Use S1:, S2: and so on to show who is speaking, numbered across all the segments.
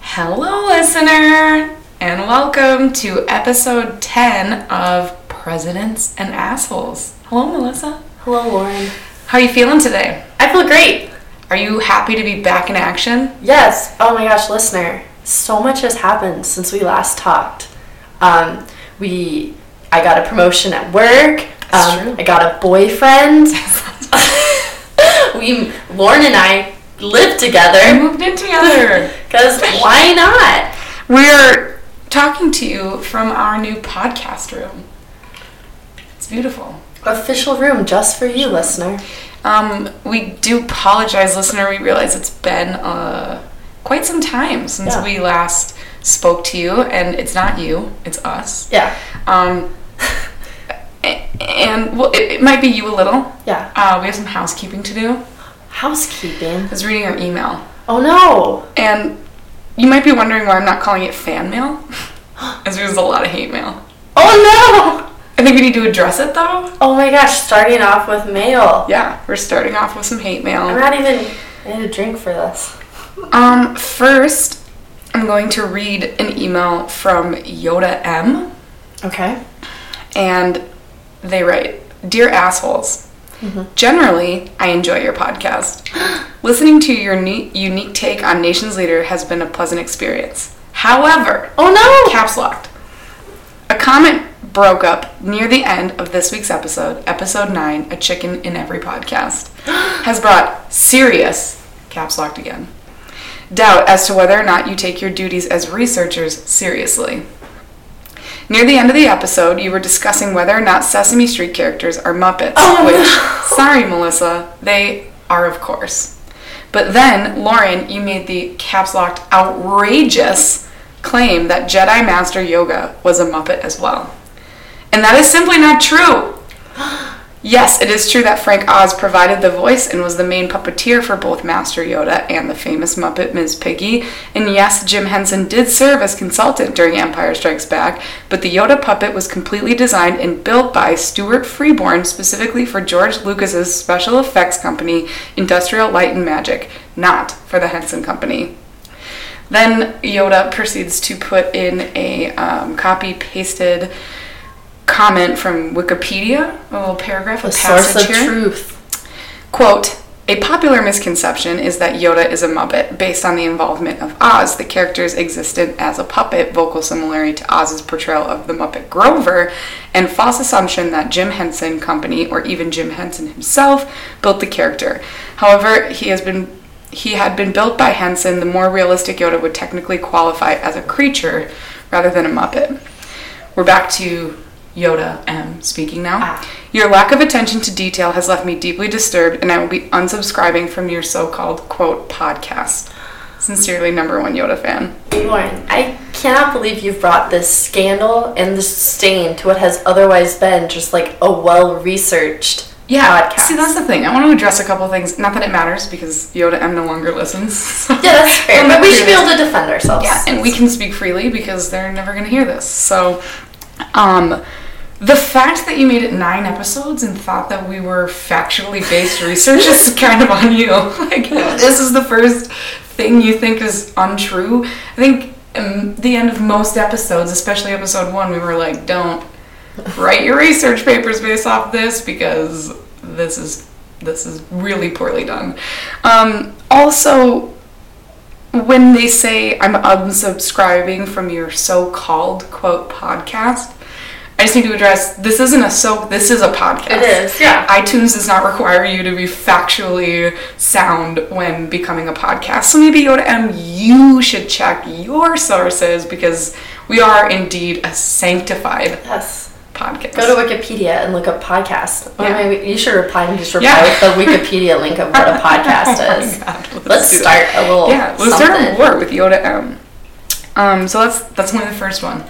S1: Hello, listener, and welcome to episode 10 of Presidents and Assholes. Hello, Melissa.
S2: Hello, Lauren.
S1: How are you feeling today?
S2: I feel great.
S1: Are you happy to be back in action?
S2: Yes. Oh my gosh, listener. So much has happened since we last talked. Um, we, I got a promotion at work.
S1: That's
S2: Um,
S1: true.
S2: I got a boyfriend. we, Lauren and I, live
S1: We
S2: together.
S1: moved in together.
S2: Cause why not?
S1: We're talking to you from our new podcast room. It's beautiful.
S2: Official room just for you, listener.
S1: Um, we do apologize, listener. We realize it's been uh, quite some time since
S2: Yeah.
S1: we last spoke to you, and it's not you, it's us.
S2: Yeah.
S1: Um, a- and well, it, it might be you a little.
S2: Yeah.
S1: Uh, we have some housekeeping to do.
S2: Housekeeping.
S1: I was reading your email,
S2: Oh no.
S1: and you might be wondering why I'm not calling it fan mail, as there's a lot of hate mail.
S2: Oh no.
S1: I think we need to address it though.
S2: Oh my gosh, starting off with mail.
S1: Yeah, we're starting off with some hate mail.
S2: I'm not even. I need a drink for this.
S1: Um, first, I'm going to read an email from Yoda M,
S2: Okay.
S1: and they write Dear assholes,
S2: Mm-hmm.
S1: generally, I enjoy your podcast. Listening to your ne- unique take on Nation's Leader has been a pleasant experience. However,
S2: Oh no.
S1: caps locked. A comment broke up near the end of this week's episode, episode 9, A Chicken in Every Podcast, has brought serious, caps locked again, doubt as to whether or not you take your duties as researchers seriously. Near the end of the episode, you were discussing whether or not Sesame Street characters are Muppets,
S2: Oh,
S1: which,
S2: no.
S1: sorry, Melissa, they are, of course. But then, Lauren, you made the caps locked outrageous claim that Jedi Master Yoga was a Muppet as well. And that is simply not true. Yes, it is true that Frank Oz provided the voice and was the main puppeteer for both Master Yoda and the famous Muppet Ms. Piggy. And yes, Jim Henson did serve as consultant during Empire Strikes Back, but the Yoda puppet was completely designed and built by Stuart Freeborn specifically for George Lucas's special effects company, Industrial Light and Magic, not for the Henson Company. Then Yoda proceeds to put in a um, copy pasted comment from Wikipedia, a little paragraph, a
S2: The source of
S1: passage here.
S2: truth.
S1: Quote, a popular misconception is that Yoda is a Muppet based on the involvement of Oz, the character's existence as a puppet, vocal similarity to Oz's portrayal of the Muppet Grover, and false assumption that Jim Henson Company or even Jim Henson himself built the character. However, he has been he had been built by Henson, the more realistic Yoda would technically qualify as a creature rather than a Muppet. We're back to Yoda M speaking now.
S2: Ah.
S1: Your lack of attention to detail has left me deeply disturbed, and I will be unsubscribing from your so called quote podcast. Sincerely, number one Yoda fan.
S2: Lauren, I cannot believe you've brought this scandal and this stain to what has otherwise been just like a well researched podcast.
S1: See, that's the thing. I want to address a couple things. Not that it matters because Yoda M no longer listens.
S2: yeah, that's fair.
S1: And
S2: But we
S1: we're
S2: should be able to defend ourselves.
S1: Yeah, and we can speak freely because they're never going to hear this. So, um, the fact that you made it nine episodes and thought that we were factually based research is kind of on you. Like, this is the first thing you think is untrue. I think um, the end of most episodes, especially episode one, we were like, don't write your research papers based off this because this is this is really poorly done. Um, also, when they say I'm unsubscribing from your so-called quote podcast, I just need to address this isn't a so this is a podcast.
S2: It is, yeah.
S1: iTunes does not require you to be factually sound when becoming a podcast. So maybe Yoda M, you should check your sources because we are indeed a sanctified
S2: Yes.
S1: podcast.
S2: Go to Wikipedia and look up podcasts. Or
S1: Yeah.
S2: maybe you should reply and just reply
S1: Yeah. Oh
S2: with the Wikipedia link of what a podcast is.
S1: God,
S2: let's
S1: do
S2: start a little
S1: Yeah, let's start
S2: something.
S1: a war with Yoda M. Um, so that's that's only the first one.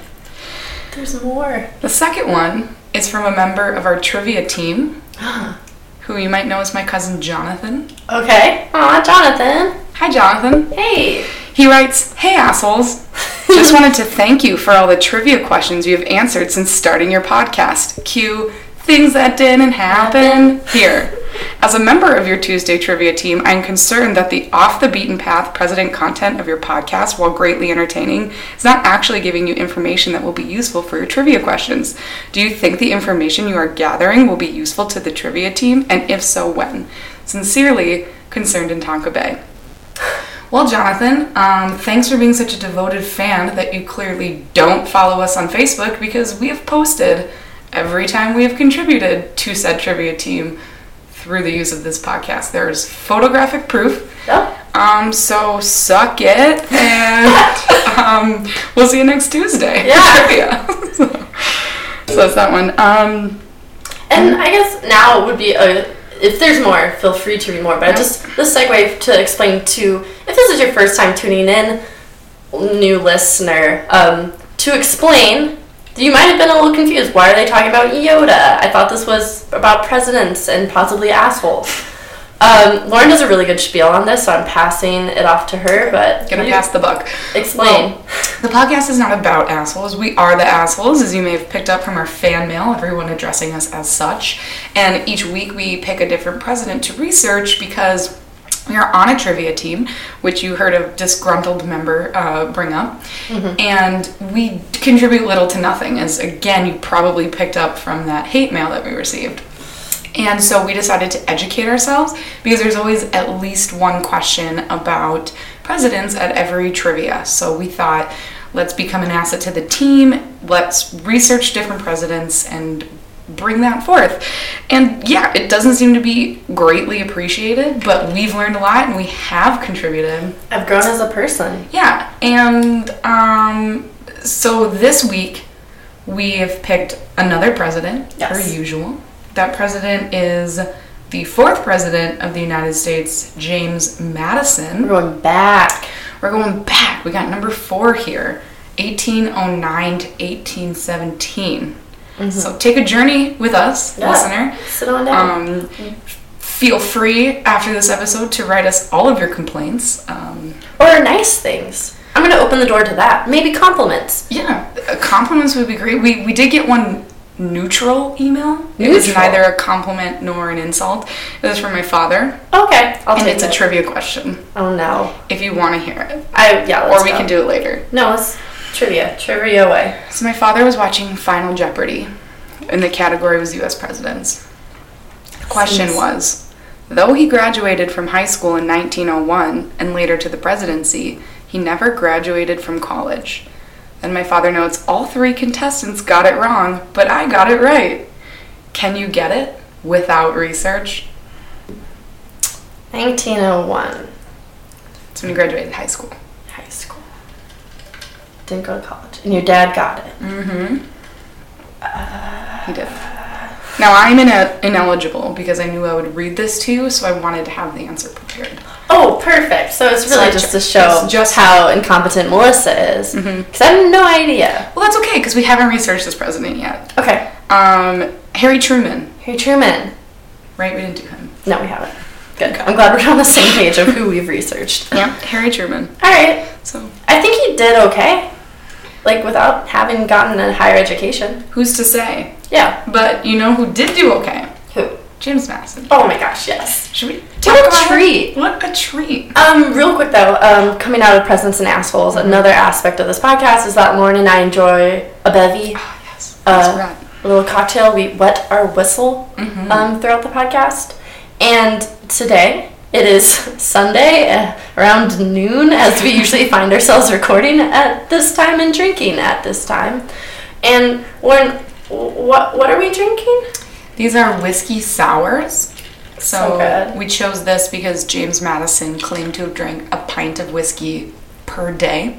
S2: There's more.
S1: The second one is from a member of our trivia team, who you might know as my cousin Jonathan.
S2: Okay. Aw, Jonathan.
S1: Hi, Jonathan.
S2: Hey.
S1: He writes, Hey assholes! Just wanted to thank you for all the trivia questions you have answered since starting your podcast. Cue things that didn't happen here. As a member of your Tuesday trivia team, I am concerned that the off the beaten path president content of your podcast, while greatly entertaining, is not actually giving you information that will be useful for your trivia questions. Do you think the information you are gathering will be useful to the trivia team? And if so, when? Sincerely, concerned in Tonka Bay. Well, Jonathan, um, thanks for being such a devoted fan that you clearly don't follow us on Facebook because we have posted every time we have contributed to said trivia team through the use of this podcast. There's photographic proof.
S2: Oh,
S1: Um, so suck it, and um, we'll see you next Tuesday.
S2: Yeah.
S1: Trivia. so, so that's that one. Um,
S2: and I guess now would be a. If there's more, feel free to read more. But I just this segue to explain to if this is your first time tuning in, new listener, um, to explain. You might have been a little confused. Why are they talking about Yoda? I thought this was about presidents and possibly assholes. Um, Lauren does a really good spiel on this, so I'm passing it off to her. But
S1: gonna
S2: you
S1: pass the buck.
S2: explain.
S1: The podcast is not about assholes. We are the assholes, as you may have picked up from our fan mail, everyone addressing us as such. And each week we pick a different president to research because we are on a trivia team, which you heard a disgruntled member uh, bring up. And we contribute little to nothing, as again, you probably picked up from that hate mail that we received. And so we decided to educate ourselves because there's always at least one question about presidents at every trivia. So we thought, let's become an asset to the team, let's research different presidents and bring that forth. And yeah, it doesn't seem to be greatly appreciated, but we've learned a lot and we have contributed.
S2: I've grown as a person.
S1: Yeah, and um, so this week we have picked another president,
S2: Yes.
S1: per usual. That president is the fourth president of the United States, James Madison.
S2: We're going back.
S1: We're going back. We got number four here, 1809 to 1817. So take a journey with us,
S2: Mm-hmm. Yeah. Mm-hmm.
S1: listener.
S2: Sit on down.
S1: Um, feel free after this episode to write us all of your complaints. Um,
S2: or nice things. I'm gonna open the door to that. Maybe compliments.
S1: Yeah, uh, compliments would be great. We we did get one neutral email. It was
S2: Neutral?
S1: neither a compliment nor an insult. It was from my father,
S2: Okay, I'll
S1: and
S2: take
S1: it's
S2: it.
S1: a trivia question.
S2: oh no,
S1: If you want to hear it,
S2: I yeah.
S1: or we can do it later.
S2: no. It's trivia, trivia way.
S1: So my father was watching Final Jeopardy, and the category was U.S. presidents. The question
S2: Seems-
S1: was, though he graduated from high school in 1901 and later to the presidency, he never graduated from college. Then my father notes all three contestants got it wrong, but I got it right. Can you get it without research?
S2: 1901,
S1: It's when he graduated high school.
S2: high school. Didn't go to college, and your dad got it.
S1: He did. Now I'm ine- ineligible because I knew I would read this to you, so I wanted to have the answer prepared.
S2: Oh, perfect. So it's really
S1: So
S2: just to
S1: it's
S2: show Mm-hmm.
S1: just-
S2: just how incompetent Melissa is, because I have no idea.
S1: Well, that's okay because we haven't researched this president yet.
S2: Okay,
S1: Um, Harry Truman,
S2: Harry Truman.
S1: right? We didn't do him.
S2: No, we haven't. Good. I'm glad we're on the same page of who we've researched.
S1: Yeah, Harry Truman.
S2: All right.
S1: So,
S2: I think he did okay. Like without having gotten a higher education.
S1: who's to say?
S2: Yeah.
S1: But you know who did do okay?
S2: Who?
S1: James Madison.
S2: Oh my gosh, yes.
S1: Should we
S2: What a treat.
S1: It? What a treat.
S2: Um, real quick though, um, coming out of Presidents and Assholes, another aspect of this podcast is that Lauren and I enjoy a bevy,
S1: Oh, yes.
S2: Uh,
S1: That's right.
S2: a little cocktail. We wet our whistle um, throughout the podcast. And today, it is Sunday uh, around noon, as we usually find ourselves recording at this time and drinking at this time. And Lauren, what what are we drinking?
S1: These are whiskey sours. So,
S2: So good.
S1: we chose this because James Madison claimed to have drank a pint of whiskey per day.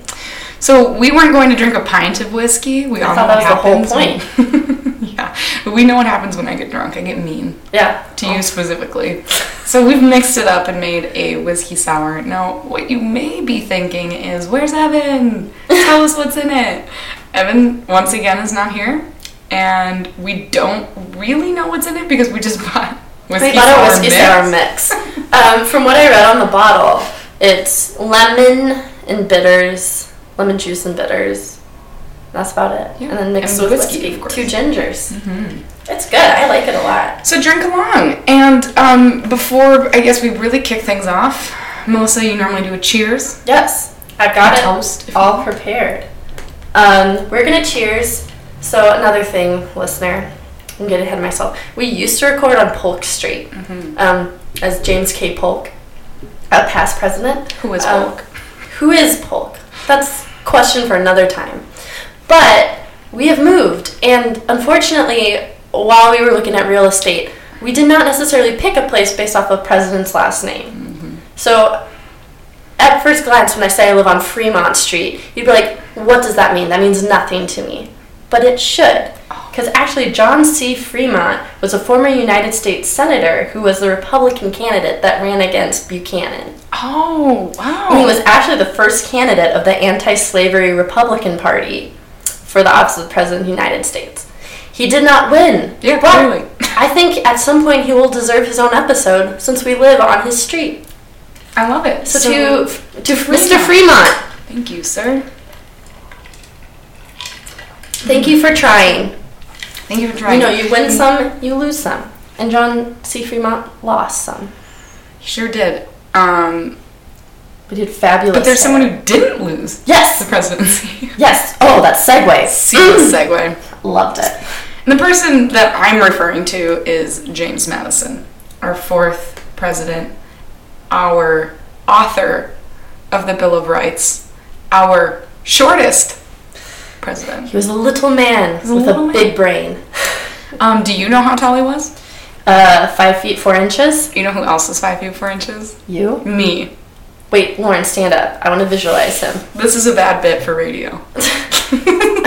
S1: So we weren't going to drink a pint of whiskey. We all
S2: thought
S1: know what
S2: that was the whole
S1: happens when- yeah, but we know what happens when I get drunk. I get mean.
S2: Yeah.
S1: to you specifically. So we've mixed it up and made a whiskey sour. Now, what you may be thinking is, where's Evan? Tell us what's in it. Evan, once again, is not here, and we don't really know what's in it because we just bought whiskey
S2: We bought a
S1: sour
S2: whiskey
S1: mix.
S2: sour mix. um, from what I read on the bottle, it's lemon and bitters, lemon juice and bitters. That's about it.
S1: Yeah,
S2: And then mixed
S1: and
S2: with
S1: whiskey,
S2: whiskey,
S1: of course.
S2: two gingers. It's good. I like it a lot.
S1: So drink along. And um, before, I guess we really kick things off, Melissa, you normally do a cheers.
S2: Yes, I've got
S1: A
S2: it
S1: toast, if you
S2: all prepared. Um, we're gonna cheers. So another thing, listener, I'm getting ahead of myself. We used to record on Polk Street
S1: Mm-hmm.
S2: um, as James K. Polk, a past president.
S1: Who is
S2: Um,
S1: Polk?
S2: Who is Polk? That's a question for another time. But we have moved, and unfortunately, while we were looking at real estate, we did not necessarily pick a place based off of president's last name.
S1: Mm-hmm.
S2: So, at first glance, when I say I live on Fremont Street, you'd be like, "What does that mean? That means nothing to me." But it should, because actually, John C. Fremont was a former United States senator who was the Republican candidate that ran against Buchanan.
S1: Oh,
S2: He
S1: wow.
S2: was actually the first candidate of the anti slavery Republican Party for the office of President of the United States. He did not win.
S1: Yeah,
S2: but
S1: clearly.
S2: I think at some point he will deserve his own episode since we live on his street.
S1: I love it.
S2: So, to, to
S1: Fremont.
S2: Mr. Fremont,
S1: Thank you, sir.
S2: thank you for trying.
S1: Thank you for
S2: You
S1: trying.
S2: know, you win some, you lose some. And John C. Fremont lost some.
S1: Sure did. Um,
S2: But he did fabulous.
S1: but there's
S2: hair.
S1: someone who didn't lose the
S2: Yes!
S1: presidency.
S2: Yes! Oh, that segue.
S1: Seamless segue.
S2: Loved it.
S1: And the person that I'm referring to is James Madison, our fourth president, our author of the Bill of Rights, our shortest president.
S2: He was a little man
S1: a
S2: with
S1: little
S2: a
S1: man.
S2: big brain.
S1: Um, do you know how tall he was?
S2: Uh, five feet four inches.
S1: You know who else is five feet four inches?
S2: You?
S1: Me.
S2: Wait, Lauren, stand up. I want to visualize him.
S1: This is a bad bit for radio.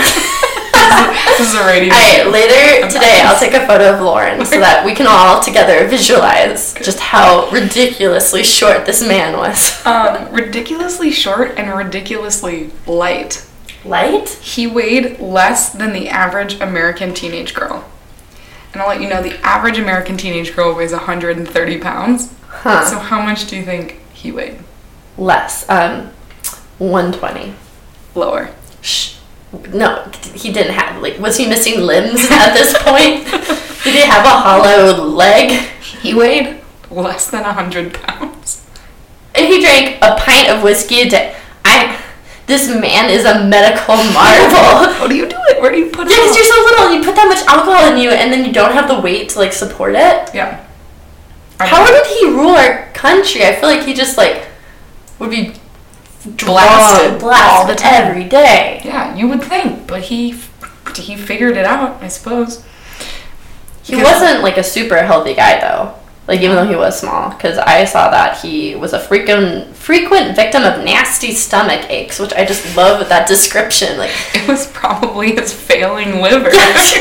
S1: this is a radio.
S2: Alright, later today I'll take a photo of Lauren so that we can all together visualize just how ridiculously short this man was.
S1: Um, ridiculously short and ridiculously light.
S2: Light?
S1: He weighed less than the average American teenage girl. And I'll let you know the average American teenage girl weighs 130 pounds.
S2: Huh.
S1: So how much do you think he weighed?
S2: Less. Um, 120.
S1: Lower.
S2: Shh. No, he didn't have, like, was he missing limbs at this point? Did he have a hollow leg?
S1: He weighed less than 100 pounds.
S2: If he drank a pint of whiskey a day, I. This man is a medical marvel.
S1: How do you do it? Where do you put
S2: Yeah, because
S1: it?
S2: you're so little and you put that much alcohol in you and then you don't have the weight to like support it.
S1: all? Yeah.
S2: How did he rule our country? I feel like he just like would be drawn,
S1: Blasted all the
S2: blasted
S1: time.
S2: every day.
S1: Yeah, you would think, but he he figured it out, I suppose.
S2: He
S1: Because-
S2: wasn't like a super healthy guy though. Like even though he was small, because I saw that he was a frequent frequent victim of nasty stomach aches, which I just love that description. Like
S1: It was probably his failing liver.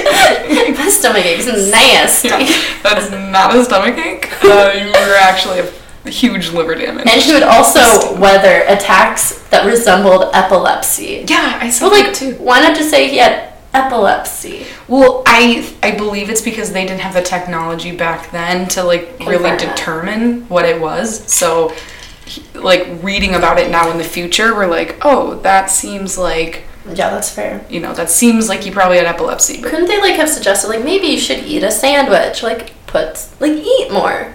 S2: my stomach aches nasty.
S1: Yeah, that's not a stomach ache. Uh, you were actually a huge liver damage.
S2: And he would also weather attacks that resembled epilepsy.
S1: yeah, I saw
S2: But like,
S1: that too.
S2: why not just say he had epilepsy?
S1: Well, I I believe it's because they didn't have the technology back then to like really
S2: Confirm it.
S1: determine what it was. So, he- like reading about it now in the future, we're like, oh, that seems like
S2: Yeah, that's fair.
S1: you know that seems like you probably had epilepsy. But
S2: Couldn't they like have suggested like maybe you should eat a sandwich, like put like eat more?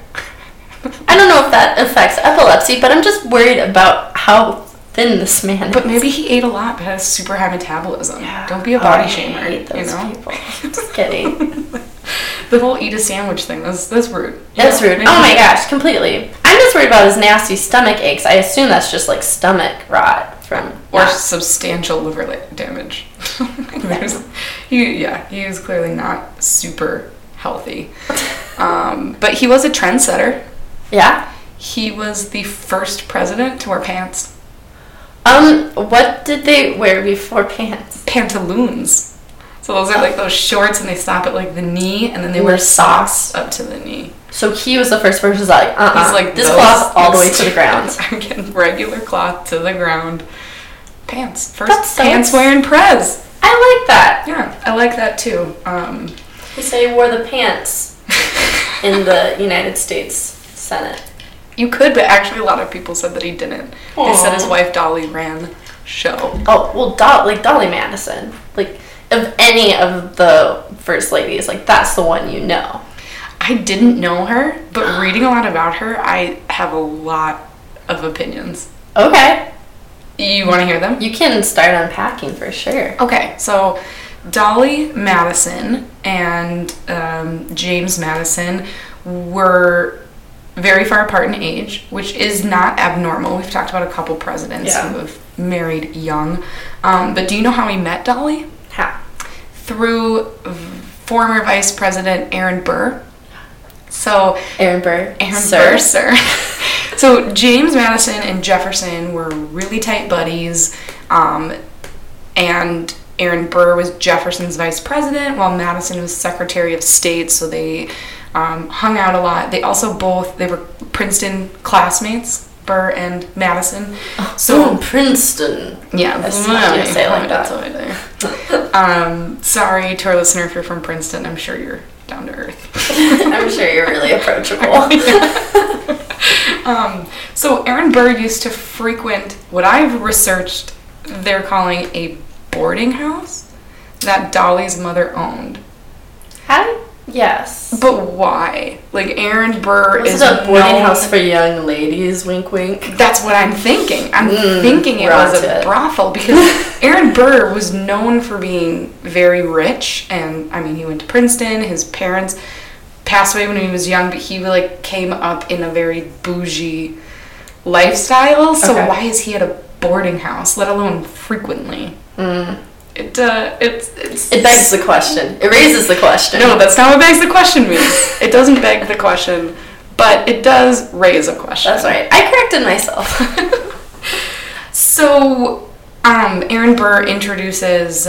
S2: I don't know if that affects epilepsy, but I'm just worried about how thin this man.
S1: but
S2: is.
S1: maybe he ate a lot, but had a super high metabolism. Don't be a
S2: Oh,
S1: body
S2: I
S1: shamer.
S2: hate
S1: you
S2: those
S1: know
S2: people. Just kidding.
S1: the whole eat a sandwich thing. That's that's rude. you
S2: That's
S1: know?
S2: rude. Oh my gosh, completely. I'm just worried about his nasty stomach aches. I assume that's just like stomach rot from
S1: or
S2: not
S1: substantial liver la- damage. There's- he, yeah, he was clearly not super healthy. Um, but he was a trendsetter.
S2: Yeah.
S1: He was the first president to wear pants.
S2: Um, what did they wear before pants?
S1: Pantaloons. So those are like those shorts and they stop at like the knee and then they wear
S2: Wear socks.
S1: socks up to the knee.
S2: So he was the first person who's like, uh, uh
S1: He's like
S2: this
S1: those
S2: cloth all the way to the ground.
S1: I'm getting regular cloth to the ground. Pants. First
S2: That's so-
S1: pants wearing Prez.
S2: I like that.
S1: Yeah, I like that too. Um,
S2: He said he wore the pants in the United States Senate.
S1: You could, but actually, a lot of people said that he didn't. They said his
S2: Aw.
S1: wife Dolly ran show.
S2: Oh well, Doll like Dolly Madison. Like of any of the first ladies, like that's the one you know.
S1: I didn't know her, but reading a lot about her, I have a lot of opinions.
S2: Okay.
S1: You want to hear them?
S2: You can start unpacking for sure.
S1: Okay, so Dolly Madison and um, James Madison were very far apart in age, which is not abnormal. We've talked about a couple presidents
S2: Yeah.
S1: who have married young. Um, but do you know how we met Dolly?
S2: How?
S1: Through v- former Vice President Aaron Burr. So
S2: Aaron Burr.
S1: Aaron
S2: Sir.
S1: Burr, sir. so James Madison and Jefferson were really tight buddies, um, and Aaron Burr was Jefferson's vice president, while Madison was Secretary of State. So they um, hung out a lot. They also both they were Princeton classmates, Burr and Madison. So
S2: So Princeton.
S1: yeah,
S2: That's not gonna say it like
S1: that's
S2: that.
S1: what I do. um, sorry to our listener if you're from Princeton. I'm sure you're down to earth.
S2: I'm sure you're really approachable.
S1: Um, so Aaron Burr used to frequent what I've researched. They're calling a boarding house that Dolly's mother owned.
S2: Hi. Yes.
S1: But why? Like Aaron Burr
S2: Was
S1: is
S2: it a boarding
S1: known-
S2: house for young ladies? Wink, wink.
S1: That's what I'm thinking. I'm
S2: Mm,
S1: thinking it
S2: we're
S1: was
S2: onto
S1: a
S2: it.
S1: brothel because Aaron Burr was known for being very rich, and I mean, he went to Princeton. His parents passed away when he was young, but he like came up in a very bougie lifestyle. So
S2: Okay.
S1: why is he at a boarding house, let alone frequently? It uh, it's it's
S2: Mm. It begs the question. It raises the question.
S1: no, that's not what begs the question means. it doesn't beg the question, but it does raise a question.
S2: That's right. I corrected myself.
S1: So, um, Aaron Burr introduces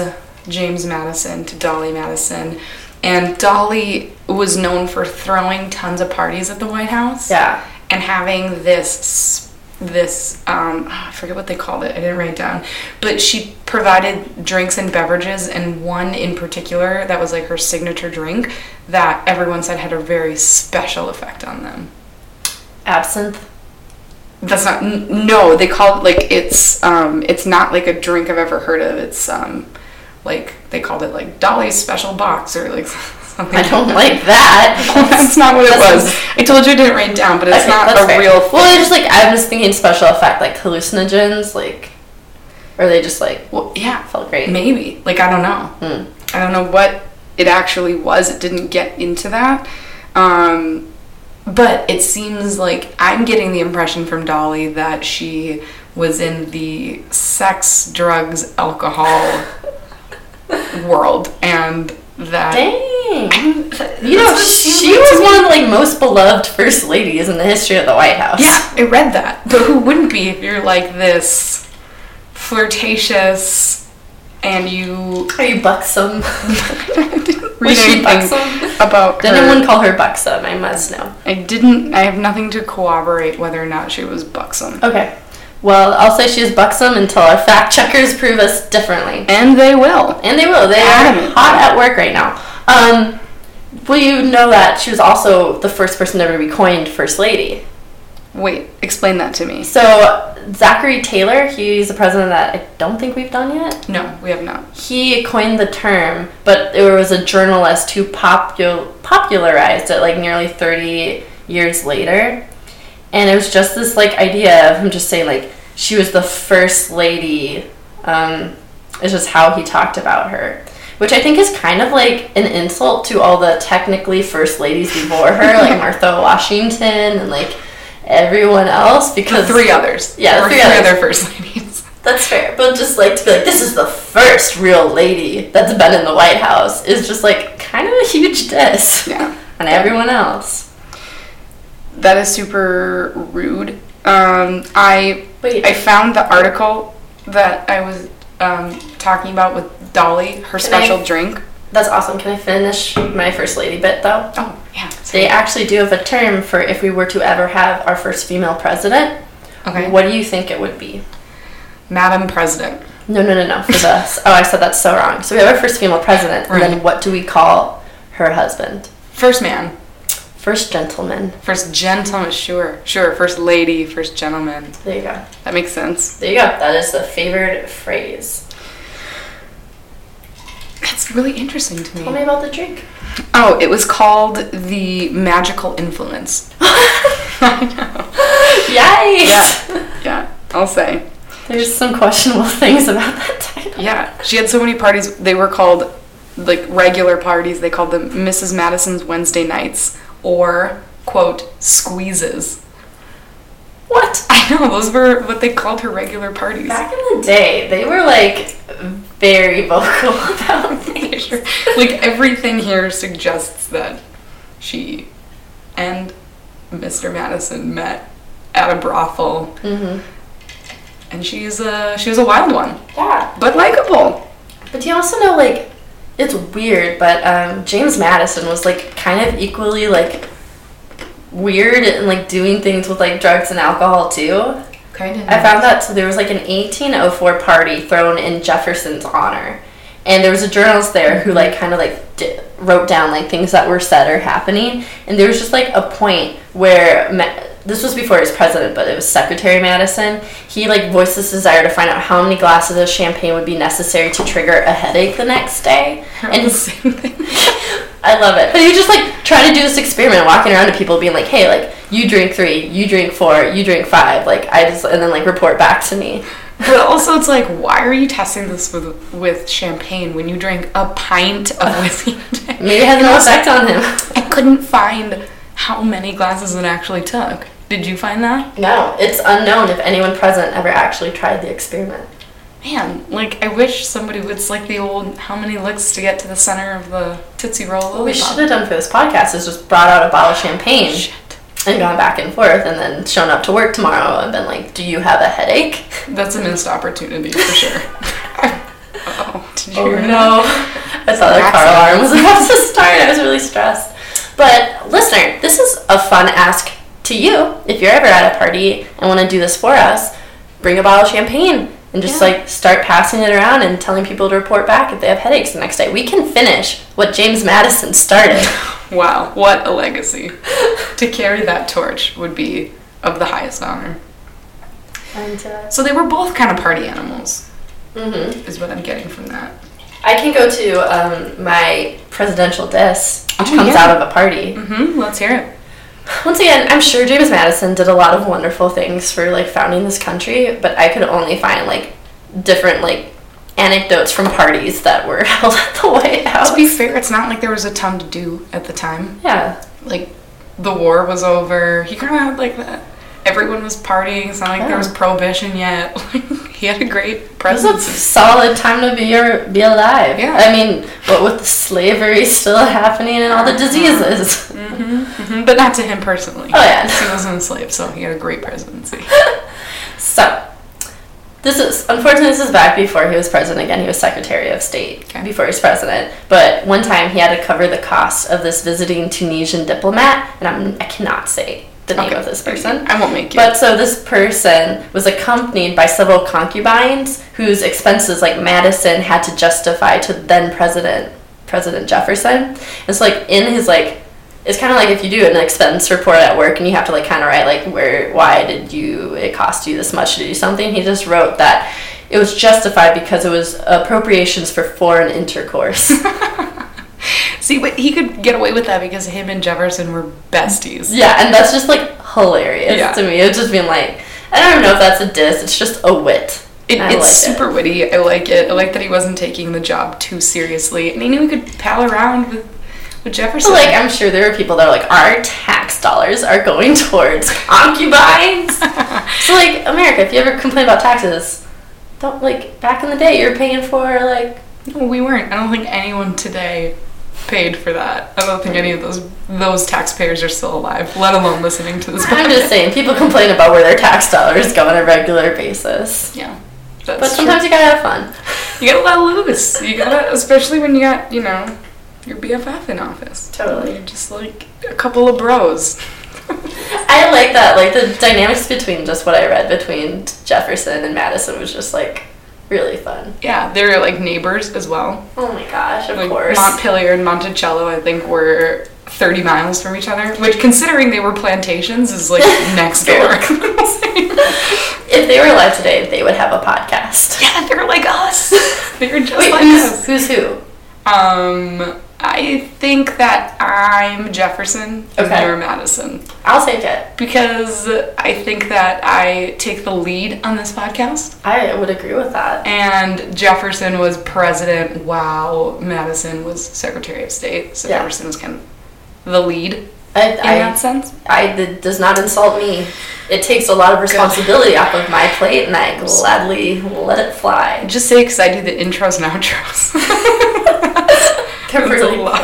S1: James Madison to Dolly Madison, and Dolly was known for throwing tons of parties at the White House.
S2: Yeah.
S1: and having this this um, I forget what they called it. I didn't write it down, but she provided drinks and beverages, and one in particular that was like her signature drink that everyone said had a very special effect on them.
S2: Absinthe.
S1: That's not n- no. They call it like it's um it's not like a drink I've ever heard of. It's um like they called it like Dolly's special box or like something.
S2: I don't like that.
S1: That's not what it
S2: That's-
S1: was. I told you I didn't write it down, but it's
S2: Okay,
S1: not
S2: that's
S1: a
S2: fair.
S1: real.
S2: Well, I just like I was thinking special effect, like hallucinogens, like, or they just like
S1: Well, yeah,
S2: felt great.
S1: maybe. Like I don't know.
S2: Hmm.
S1: I don't know what it actually was. It didn't get into that. Um, but it seems like I'm getting the impression from Dolly that she was in the sex, drugs, alcohol world, and that.
S2: Dang.
S1: You
S2: You know, she was one of the like most beloved first ladies in the history of the White House.
S1: Yeah, I read that. But who wouldn't be if you're like this flirtatious and you
S2: Are you buxom?
S1: read
S2: Was she
S1: anything
S2: buxom?
S1: about
S2: Did
S1: her.
S2: anyone call her buxom? I must know.
S1: I didn't. I have nothing to corroborate whether or not she was buxom,
S2: Okay. Well, I'll say she's buxom until our fact checkers prove us differently.
S1: and they will.
S2: And they will. They
S1: Adamant.
S2: are hot at work right now. Um, well, you know that she was also the first person ever to be coined First Lady.
S1: Wait, explain that to me.
S2: So, Zachary Taylor, he's a president that I don't think we've done yet.
S1: No, we have not.
S2: He coined the term, but there was a journalist who popu- popularized it like nearly 30 years later. And it was just this like idea of him just saying like she was the first lady. Um, it's just how he talked about her, which I think is kind of like an insult to all the technically first ladies before her, like Martha Washington and like everyone else.
S1: The
S2: Because
S1: three others.
S2: Yeah, the
S1: Or
S2: three others.
S1: other first ladies.
S2: that's fair, but just like to be like, this is the first real lady that's been in the White House is just like kind of a huge diss
S1: Yeah.
S2: on everyone else.
S1: That is super rude. Um, I
S2: Wait.
S1: I found the article that I was um, talking about with Dolly, her special
S2: I-
S1: drink.
S2: That's awesome. Can I finish my first lady bit though?
S1: Oh yeah.
S2: They actually do have a term for if we were to ever have our first female president.
S1: Okay.
S2: What do you think it would be?
S1: Madam President.
S2: No, no, no, no. For this. oh, I said that so wrong. So we have our first female president, and then
S1: Right.
S2: what do we call her husband?
S1: First man.
S2: First gentleman.
S1: First gentleman. Sure. Sure. First lady. First gentleman.
S2: There you go.
S1: That makes sense.
S2: There you go. That is the favored phrase.
S1: It's really interesting to
S2: Tell me
S1: me.
S2: about the drink.
S1: Oh, it was called the Magical Influence. I know.
S2: Yikes!
S1: Yeah. Yeah, I'll say.
S2: There's some questionable things about that title.
S1: Yeah, she had so many parties. They were called like regular parties. They called them Mrs. Madison's Wednesday nights or quote squeezes.
S2: What?
S1: I know those were what they called her regular parties.
S2: Back in the day, they were like very vocal about things.
S1: like everything here suggests that she and Mr. Madison met at a brothel,
S2: Mm-hmm.
S1: and she's a she was a wild one,
S2: Yeah.
S1: but likable.
S2: But do you also know, like, it's weird, but um, James Madison was, like, kind of equally, like, weird and, like, doing things with, like, drugs and alcohol, too.
S1: Kind
S2: I found that so there was like an 1804 party thrown in Jefferson's honor, and there was a journalist there who like kind of like di wrote down like things that were said or happening, and there was just like a point where Ma- this was before he was president, but it was Secretary Madison. He like voiced this desire to find out how many glasses of champagne would be necessary to trigger a headache the next day, and
S1: same thing.
S2: I love it. But he was just like trying to do this experiment, walking around to people, being like, "Hey, like you drink three, you drink four, you drink five. Like I just and then like report back to me.
S1: But also, it's like, why are you testing this with with champagne when you drink a pint of whiskey? a day?
S2: Maybe it has no effect on him.
S1: I couldn't find how many glasses it actually took. Did you find that?
S2: No, it's unknown if anyone present ever actually tried the experiment.
S1: Man, like I wish somebody would. It's like the old how many licks to get to the center of the tootsie roll
S2: What we should
S1: lollipop.
S2: have done for this podcast is just brought out a bottle of champagne
S1: Shit,
S2: and gone back and forth, and then shown up to work tomorrow and been like, "Do you have a headache?"
S1: that's a missed opportunity for sure. oh, did you hear that?
S2: no. I saw the car alarm was about to start. I was really stressed. But listener, this is a fun ask to you. If you're ever at a party and want to do this for us, bring a bottle of champagne and just
S1: Yeah.
S2: like start passing it around and telling people to report back if they have headaches the next day. We can finish what James Madison started.
S1: Wow, what a legacy! to carry that torch would be of the highest honor. So they were both kind of party animals,
S2: hmm
S1: is what I'm getting from that.
S2: I can go to um, my presidential diss, which
S1: Oh,
S2: comes
S1: yeah.
S2: out of a party.
S1: Mm-hmm. Let's hear it.
S2: Once again, I'm sure James Madison did a lot of wonderful things for like founding this country, but I could only find like different like anecdotes from parties that were held at the White
S1: To be
S2: House.
S1: fair, it's not like there was a ton to do at the time.
S2: Yeah.
S1: Like the war was over. He kind of had like that. Everyone was partying. It's not like there was
S2: Yeah.
S1: prohibition yet. Like he had a great
S2: It was a
S1: presence.
S2: solid time to be be alive.
S1: Yeah.
S2: I mean, but with slavery still happening and all the diseases.
S1: Mhm, But not to him personally.
S2: Oh yeah.
S1: He was enslaved, so he had a great presidency.
S2: So, this is unfortunately this is back before he was president again. He was Secretary of State
S1: Okay.
S2: before he was president. But one time he had to cover the cost of this visiting Tunisian diplomat, and I'm, I cannot say the name
S1: Okay.
S2: of this person.
S1: I won't make you.
S2: But so this person was accompanied by several concubines whose expenses like Madison had to justify to then president President Jefferson. It's like in his like it's kind of like if you do an expense report at work and you have to like kind of write like where why did you it cost you this much to do something. He just wrote that it was justified because it was appropriations for foreign intercourse.
S1: See, but he could get away with that because him and Jefferson were besties.
S2: Yeah, and that's just like hilarious
S1: Yeah.
S2: to me. It's just being like, I don't even know if that's a diss. It's just a wit.
S1: It,
S2: And I
S1: it's
S2: like it.
S1: super witty. I like it. I like that he wasn't taking the job too seriously, and he knew he could pal around with with
S2: So
S1: Jefferson.
S2: like, I'm sure there are people that are like, our tax dollars are going towards concubines. so like, America, if you ever complain about taxes, don't like back in the day you're paying for like
S1: No, we weren't. I don't think anyone today paid for that. I don't think any of those those taxpayers are still alive, let alone listening to this.
S2: I'm just saying people complain about where their tax dollars go on a regular basis.
S1: yeah,
S2: But
S1: that's
S2: sometimes you gotta have fun.
S1: true. you gotta let loose. You gotta, especially when you got you know your BFF in office.
S2: Totally.
S1: You're just like a couple of bros.
S2: I like that. Like the dynamics between just what I read between Jefferson and Madison was just like really fun.
S1: yeah, they're like neighbors as well.
S2: Oh my gosh, of
S1: Like
S2: course.
S1: Montpelier and Monticello, I think, were 30 miles from each other, which, considering they were plantations, is like next door.
S2: if they were alive today, they would have a podcast.
S1: yeah, they're like us. They're just
S2: Wait,
S1: like
S2: who's,
S1: us.
S2: who's who?
S1: Um, I think that I'm Jefferson and
S2: Okay.
S1: you're Madison
S2: I'll take it.
S1: because I think that I take the lead on this podcast.
S2: I would agree with that.
S1: And Jefferson was president while Madison was Secretary of State. So
S2: Yeah.
S1: Jefferson was kind of the lead in that
S2: I,
S1: sense.
S2: I, I that does not insult me. It takes a lot of responsibility off of my plate, and I gladly let it fly.
S1: Just say because I do the intros and outros. That's a
S2: Kimberly
S1: lot.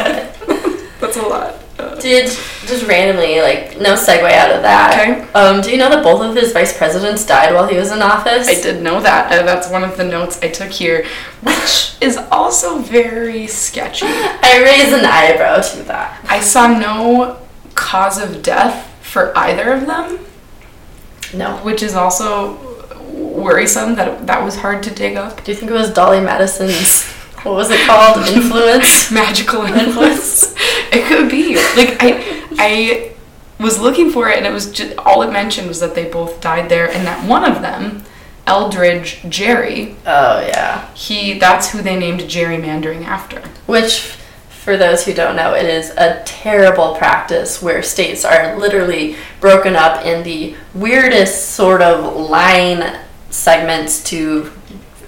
S1: That's a lot. Uh,
S2: Did just randomly like no segue out of that.
S1: Okay.
S2: Um, do you know that both of his vice presidents died while he was in office?
S1: I did know that. Uh, that's one of the notes I took here, which is also very sketchy.
S2: I raise an eyebrow to that.
S1: I saw no cause of death for either of them,
S2: No.
S1: which is also worrisome that that was hard to dig up.
S2: Do you think it was Dolly Madison's? What was it called? Influence.
S1: Magical influence. it could be. Like I I was looking for it and it was just all it mentioned was that they both died there and that one of them, Eldridge Jerry,
S2: Oh yeah.
S1: he that's who they named gerrymandering after.
S2: Which, for those who don't know, it is a terrible practice where states are literally broken up in the weirdest sort of line segments to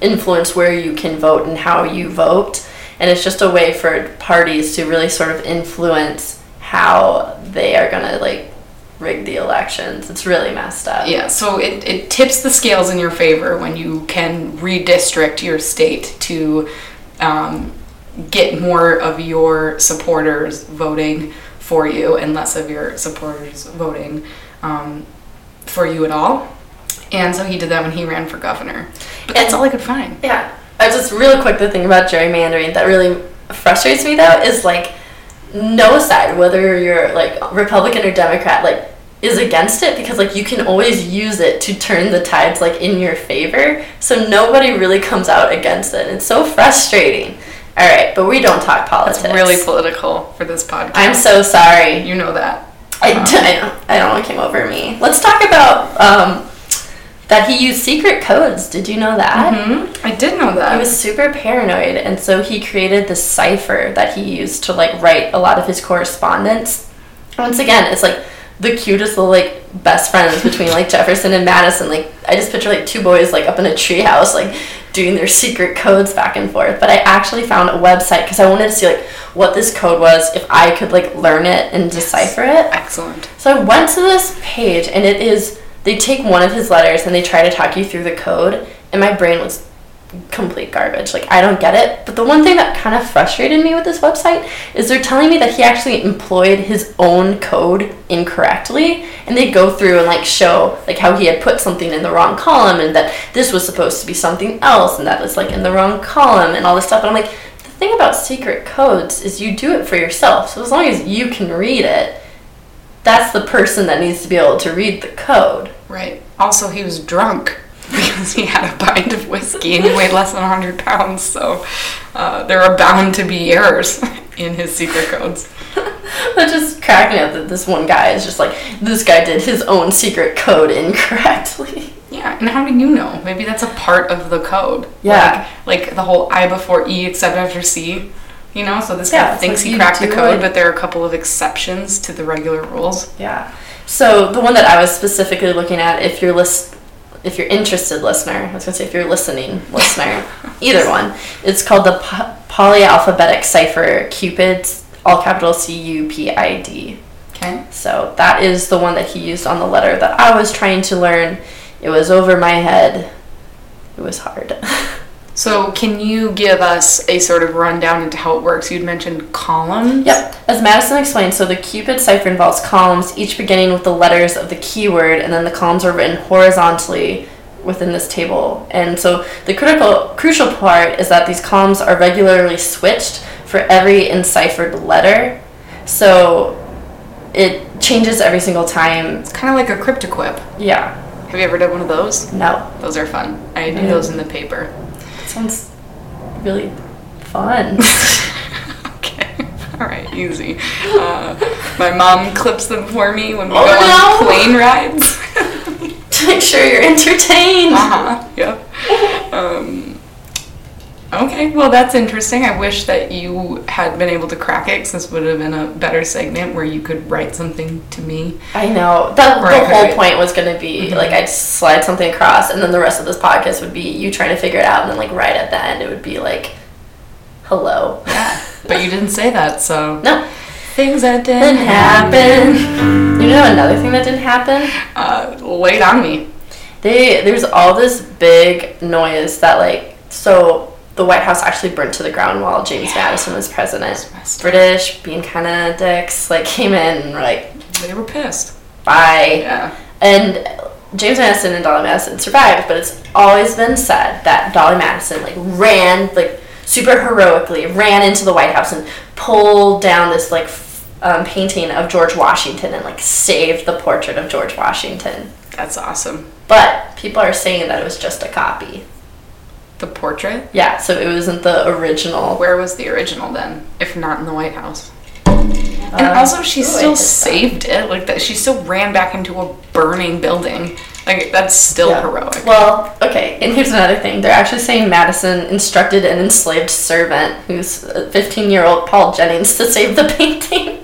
S2: influence where you can vote and how you vote. And it's just a way for parties to really sort of influence how they are gonna like rig the elections. It's really messed up.
S1: Yeah, so it, it tips the scales in your favor when you can redistrict your state to um, get more of your supporters voting for you and less of your supporters voting um, for you at all. And so he did that when he ran for governor. But that's all I could find.
S2: Yeah. I just real quick the thing about gerrymandering that really frustrates me though is like no side, whether you're like Republican or Democrat, like is against it because like you can always use it to turn the tides like in your favor. So nobody really comes out against it. It's so frustrating. All right, but we don't talk politics.
S1: It's really political for this podcast.
S2: I'm so sorry.
S1: you know that.
S2: I, d- I don't, I don't know what came over me. Let's talk about um, that he used secret codes. Did you know that?
S1: hmm I did know that.
S2: He was super paranoid, and so he created this cipher that he used to like write a lot of his correspondence. Once again, it's like the cutest little like best friends between like Jefferson and Madison. Like I just picture like two boys like up in a treehouse like doing their secret codes back and forth. But I actually found a website because I wanted to see like what this code was if I could like learn it and decipher it.
S1: Excellent.
S2: So I went to this page, and it is they take one of his letters and they try to talk you through the code, and my brain was complete garbage. Like I don't get it. But the one thing that kind of frustrated me with this website is they're telling me that he actually employed his own code incorrectly, and they go through and like show like how he had put something in the wrong column, and that this was supposed to be something else, and that was like in the wrong column, and all this stuff. And I'm like. the Thing about secret codes is you do it for yourself. So as long as you can read it, that's the person that needs to be able to read the code.
S1: Right. Also, he was drunk because he had a pint of whiskey and he weighed less than 100 pounds, so uh, there are bound to be errors in his secret codes.
S2: That just cracked me up that this one guy is just like, this guy did his own secret code incorrectly.
S1: Yeah, and how do you know? Maybe that's a part of the code.
S2: Yeah.
S1: Like, like the whole I before E except after C. You know, so this
S2: Yeah,
S1: guy
S2: it's
S1: thinks
S2: like
S1: he
S2: you
S1: cracked the
S2: do
S1: code,
S2: it.
S1: but there are a couple of exceptions to the regular rules.
S2: Yeah. So the one that I was specifically looking at, if you're list, if you're interested, listener, I was gonna say if you're listening, listener, either one. It's called the po- polyalphabetic cipher Cupid's all capital C U P I D.
S1: Okay.
S2: So that is the one that he used on the letter that I was trying to learn. It was over my head. It was hard.
S1: So, can you give us a sort of rundown into how it works? You'd mentioned columns.
S2: Yep. As Madison explained, so the Cupid cipher involves columns, each beginning with the letters of the keyword, and then the columns are written horizontally within this table. And so the critical, crucial part is that these columns are regularly switched for every enciphered letter. So it changes every single time.
S1: It's kind of like a cryptoquip.
S2: Yeah.
S1: Have you ever done one of those?
S2: No.
S1: Those are fun. I do
S2: Yeah.
S1: those in the paper.
S2: Sounds really fun.
S1: okay. All right. Easy. Uh, my mom clips them for me when we
S2: Oh,
S1: go on
S2: no.
S1: plane rides.
S2: to Uh-huh. make sure you're entertained.
S1: uh-huh. Yep. Um, okay. Okay, well, that's interesting. I wish that you had been able to crack it 'cause this would have been a better segment where you could write something to me.
S2: I know. That
S1: Right,
S2: the
S1: right,
S2: whole
S1: right.
S2: point was gonna be like I'd slide something across and then the rest of this podcast would be you trying to figure it out and then like right at the end it would be like hello.
S1: But you didn't say that, so.
S2: No.
S1: Things that didn't
S2: Didn't
S1: happen.
S2: happen. You know another thing that didn't happen?
S1: Uh, laid on me.
S2: They there's all this big noise that like so the White House actually burnt to the ground while James Madison was president.
S1: messed up.
S2: British being kind of dicks like came in and were like
S1: They were pissed.
S2: bye.
S1: Yeah.
S2: And James Madison and Dolly Madison survived, but it's always been said that Dolly Madison like ran like super heroically ran into the White House and pulled down this like f- um, painting of George Washington and like saved the portrait of George Washington.
S1: That's awesome.
S2: But people are saying that it was just a copy.
S1: The portrait?
S2: Yeah, so it wasn't the original.
S1: Where was the original then, if not in the White House? and also, she
S2: Uh, ooh,
S1: still
S2: I did that.
S1: saved it. Like that, she still ran back into a burning building. Like that's still
S2: Yeah.
S1: heroic.
S2: Well, okay, and here's another thing. They're actually saying Madison instructed an enslaved servant, who's 15 year old Paul Jennings, to save the painting.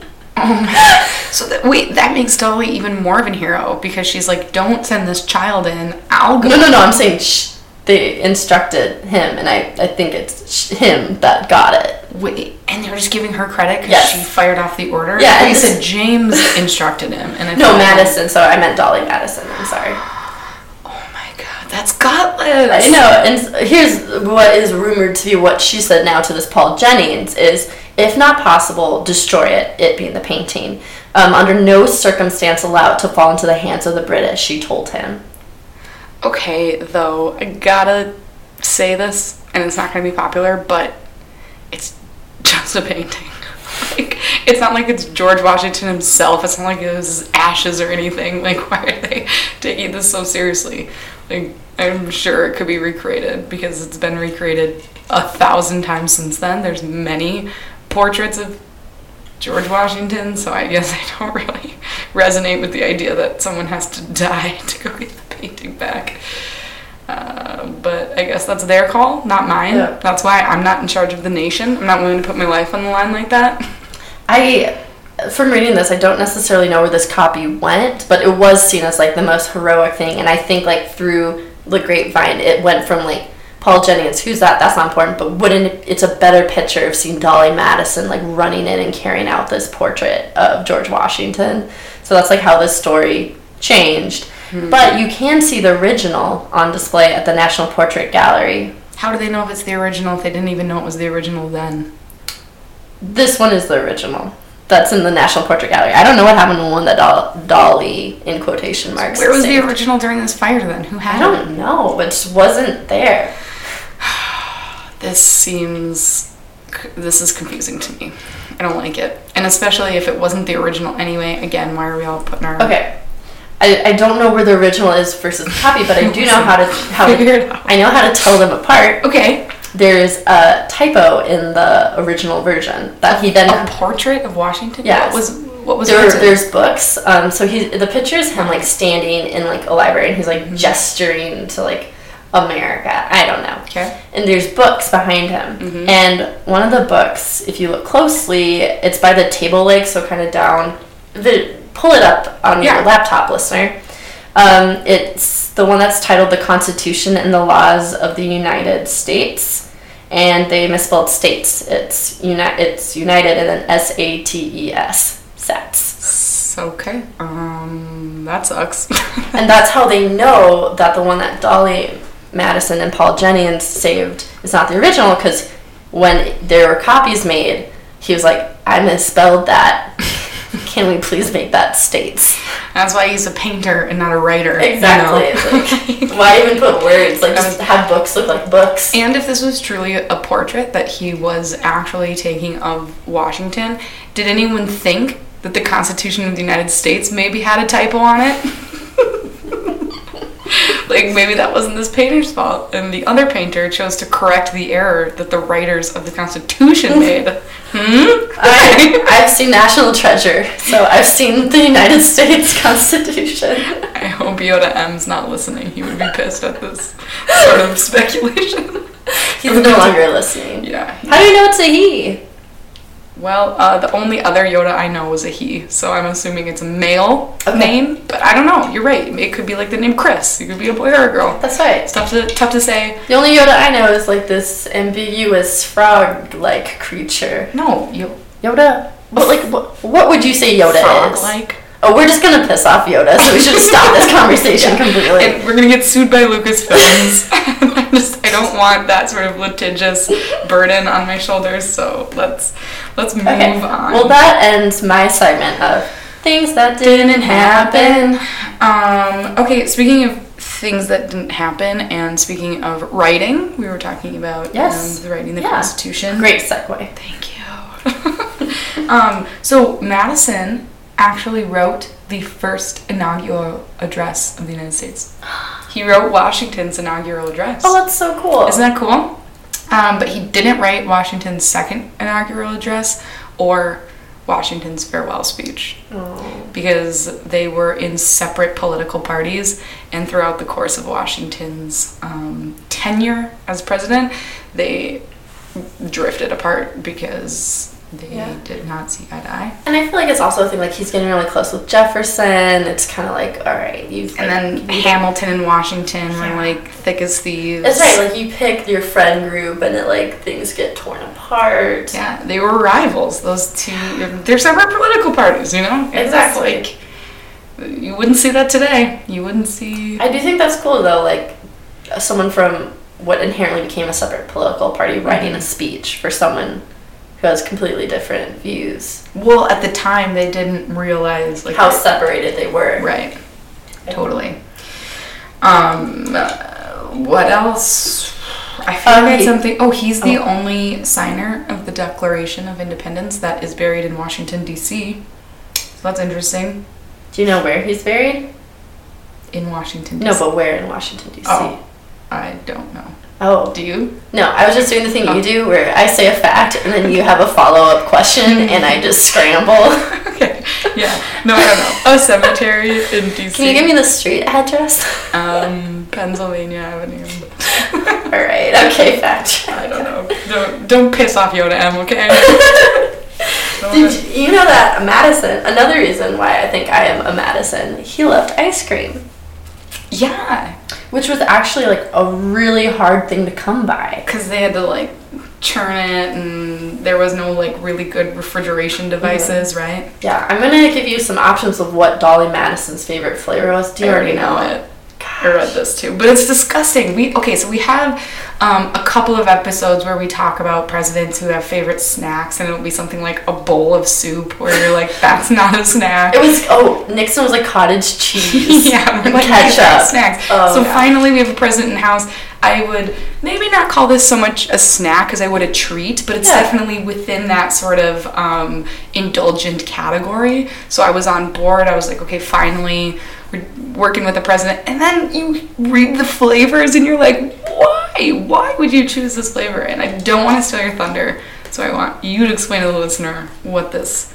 S1: So that, wait, that makes Dolly even more of an hero because she's like, "Don't send this child in. I'll go."
S2: No, no, no. I'm saying sh- they instructed him, and I, I think it's sh- him that got it.
S1: Wait, and they're just giving her credit because
S2: Yes.
S1: she fired off the order.
S2: Yeah,
S1: but
S2: and
S1: you
S2: this-
S1: said James instructed him, and I
S2: No,
S1: thought,
S2: Madison. So I meant Dolly Madison. I'm sorry.
S1: Oh my god, that's gutless.
S2: I know. And s- here's what is rumored to be what she said now to this Paul Jennings is, if not possible, destroy it. It being the painting. Um, under no circumstance allowed to fall into the hands of the British. She told him.
S1: Okay, though I gotta say this, and it's not gonna be popular, but it's just a painting. like, it's not like it's George Washington himself. It's not like it was his ashes or anything. Like, why are they taking this so seriously? Like, I'm sure it could be recreated because it's been recreated a thousand times since then. There's many portraits of George Washington, so I guess I don't really resonate with the idea that someone has to die to go get the painting back. Uh, but I guess that's their call, not mine.
S2: Yeah.
S1: That's why I'm not in charge of the nation. I'm not willing to put my life on the line like that.
S2: I, from reading this, I don't necessarily know where this copy went, but it was seen as like the most heroic thing. And I think like through the grapevine, it went from like Paul Jennings, who's that? That's not important. But wouldn't it- it's a better picture of seeing Dolly Madison like running in and carrying out this portrait of George Washington? So that's like how this story changed. But you can see the original on display at the National Portrait Gallery.
S1: How do they know if it's the original if they didn't even know it was the original then?
S2: This one is the original. That's in the National Portrait Gallery. I don't know what happened to the one that Dol- Dolly, in quotation marks.
S1: Where was the
S2: saved.
S1: original during this fire then? Who
S2: I
S1: had it?
S2: don't know, but it just wasn't there.
S1: This seems. This is confusing to me. I don't like it. And especially if it wasn't the original anyway, again, why are we all putting our.
S2: Okay. I, I don't know where the original is versus the copy, but I do know how to how
S1: Figure it
S2: to,
S1: out.
S2: I know how to tell them apart.
S1: Okay.
S2: There is a typo in the original version that he then
S1: A portrait of Washington?
S2: Yes.
S1: What was what was
S2: there,
S1: Oh. printed?
S2: there's books. Um, so he the picture is him like standing in like a library and he's like gesturing to like America. I don't know.
S1: Okay.
S2: And there's books behind him. And one of the books, if you look closely, it's by the table leg, so kind of down. The, pull it up on
S1: Yeah.
S2: your laptop, listener. Um, it's the one that's titled "The Constitution and the Laws of the United States." And they misspelled states. It's uni- It's united and then S A T E S. Sats.
S1: S- okay. Um that sucks.
S2: And that's how they know that the one that Dolly Madison and Paul Jennings saved is not the original because when there were copies made, he was like, I misspelled that. Can we please make that states?
S1: That's why he's a painter and not a writer. you know?
S2: It's like, why even put words? Like, just have books look like books.
S1: And if this was truly a portrait that he was actually taking of Washington, did anyone think that the Constitution of the United States maybe had a typo on it? like maybe that wasn't this painter's fault, and the other painter chose to correct the error that the writers of the Constitution made. hmm.
S2: I, I've seen National Treasure, so I've seen the United States Constitution.
S1: I hope Yoda M's not listening. He would be pissed at this sort of speculation.
S2: He's no longer listening.
S1: Yeah.
S2: How do you know it's a he?
S1: Well, uh, the only other Yoda I know was a he, so I'm assuming it's a male
S2: Okay.
S1: name. But I don't know. You're right. It could be like the name Chris. It could be a boy or a girl.
S2: That's right.
S1: It's tough to tough to say.
S2: The only Yoda I know is like this ambiguous frog-like creature.
S1: No, you
S2: Yoda. But like, what, what would you say Yoda is?
S1: like.
S2: Oh, we're just gonna piss off Yoda, so we should stop this conversation completely.
S1: And we're gonna get sued by Lucasfilms. I just I don't want that sort of litigious burden on my shoulders. So let's let's move
S2: okay.
S1: on.
S2: Well, that ends my segment of things that didn't happen.
S1: happen. Um, okay, speaking of things that didn't happen, and speaking of writing, we were talking about
S2: Yes.
S1: um, the writing the
S2: Yeah.
S1: Constitution.
S2: Great segue.
S1: Thank you. um, so Madison actually wrote the first inaugural address of the United States. He wrote Washington's inaugural address.
S2: Oh, that's so cool.
S1: Isn't that cool? Um, but he didn't write Washington's second inaugural address or Washington's farewell speech because they were in separate political parties. And throughout the course of Washington's um, tenure as president, they drifted apart because they
S2: Yeah.
S1: did not see eye to eye.
S2: and I feel like it's also a thing like he's getting really close with Jefferson. It's kind of like, all right, you've
S1: And then Hamilton and Washington were like thick as thieves.
S2: That's right. Like you pick your friend group, and it like things get torn apart.
S1: Yeah, they were rivals. Those two, they're separate political parties, you know. It's
S2: Exactly.
S1: like, you wouldn't see that today. You wouldn't see.
S2: I do think that's cool though. Like someone from what inherently became a separate political party writing a speech for someone who has completely different views.
S1: Well, at the time, they didn't realize like
S2: How separated they were.
S1: Right. Totally. Um, uh, what else? I feel like
S2: Um,
S1: I had
S2: he-
S1: something. Oh, he's the only signer of the Declaration of Independence that is buried in Washington D.C. So that's interesting.
S2: Do you know where he's buried?
S1: In Washington. D.C.
S2: No, but where in Washington D.C.
S1: Oh. I don't know.
S2: Oh.
S1: Do you?
S2: no! I was just doing the thing you do, where I say a fact and then you have a follow-up question, and I just scramble.
S1: Okay. Yeah. No, I don't know. A cemetery in DC.
S2: Can you give me the street address?
S1: um Pennsylvania Avenue?
S2: All right. Okay. Fact. check.
S1: I don't know. Don't don't piss off Yoda M, okay? Don't
S2: Did you, you know that Madison? Another reason why I think I am a Madison. He loved ice cream,
S1: yeah,
S2: which was actually like a really hard thing to come by.
S1: because they had to like churn it, and there was no like really good refrigeration devices, right?
S2: Yeah, I'm gonna give you some options of what Dolly Madison's favorite flavor was. Do you already know it?
S1: I read this too, but it's disgusting. We okay, so we have um, a couple of episodes where we talk about presidents who have favorite snacks, and it'll be something like a bowl of soup, where you're like, "That's not a snack."
S2: It was oh Nixon was like cottage cheese.
S1: yeah, we're
S2: and
S1: like "Hey, that's
S2: ketchup.
S1: snacks.
S2: Oh,
S1: so
S2: God.
S1: finally, we have a president in house. I would maybe not call this so much a snack as I would a treat, but it's
S2: Yeah.
S1: definitely within that sort of um, indulgent category. So I was on board. I was like, okay, finally, we're working with the president. And then you read the flavors, and you're like, why? Why would you choose this flavor? And I don't want to steal your thunder, so I want you to explain to the listener what this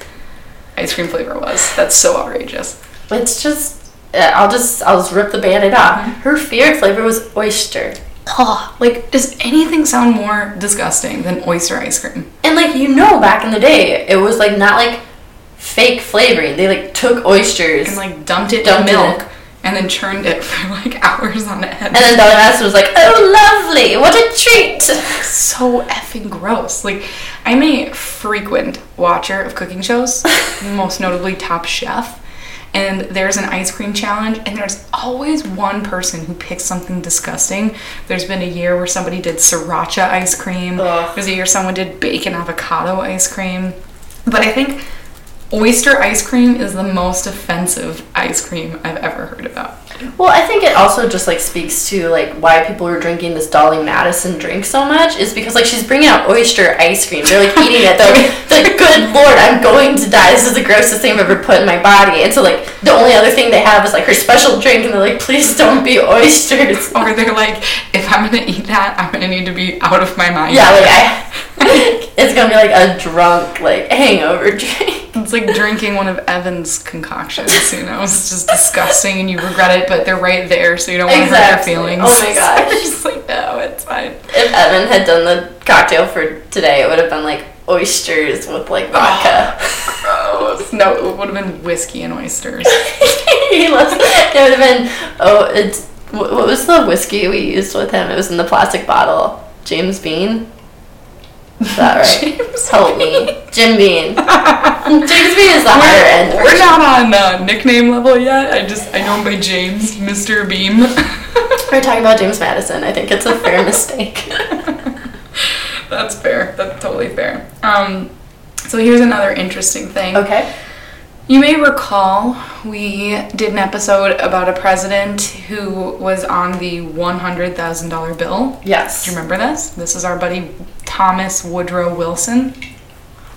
S1: ice cream flavor was. That's so outrageous.
S2: It's just uh, I'll just I'll just rip the band-aid off. Her favorite flavor was oyster.
S1: Oh, like, does anything sound more disgusting than oyster ice cream?
S2: And like you know, back in the day, it was like not like fake flavoring. They like took oysters,
S1: And like dumped it
S2: Dumped it
S1: in milk
S2: in.
S1: and then churned it for like hours on
S2: and
S1: end.
S2: then Dolly Madison was like, "Oh, lovely! What a treat!"
S1: So effing gross. Like, I'm a frequent watcher of cooking shows, most notably Top Chef. And there's an ice cream challenge, and there's always one person who picks something disgusting. There's been a year where somebody did sriracha ice cream.
S2: Ugh.
S1: There's a year someone did bacon avocado ice cream. But I think oyster ice cream is the most offensive ice cream I've ever heard about.
S2: Well, I think it also just like speaks to like why people were drinking this Dolly Madison drink so much is because like she's bringing out oyster ice cream. They're like eating it. They're like, they're like, "Good lord, I'm going to die. This is the grossest thing I've ever put in my body." And so like the only other thing they have is like her special drink, and they're like, "Please don't be oysters."
S1: Or they're like, if I'm gonna eat that, I'm gonna need to be out of my mind.
S2: Yeah, like I, it's gonna be like a drunk like hangover drink.
S1: It's like drinking one of Evan's concoctions, you know? It's just disgusting and you regret it, but they're right there, so you don't want to hurt their
S2: Exactly.
S1: feelings.
S2: Oh my gosh.
S1: So you're just like, no, it's fine.
S2: if Evan had done the cocktail for today, it would have been like oysters with like vodka.
S1: Gross. No, it would have been whiskey and oysters.
S2: he loves. It would have been. Oh, it's wh- what was the whiskey we used with him? It was in the plastic bottle. James Bean. Is that right?
S1: James
S2: Help me, Jim Bean. James Bean is the higher end.
S1: We're not on uh, nickname level yet. I just I know him by James, Mr. Beam.
S2: We're talking about James Madison. I think it's a fair mistake.
S1: That's fair. That's totally fair. Um, so here's another interesting thing.
S2: okay.
S1: You may recall we did an episode about a president who was on the one hundred thousand dollar bill.
S2: Yes.
S1: Do you remember this? This is our buddy Thomas Woodrow Wilson.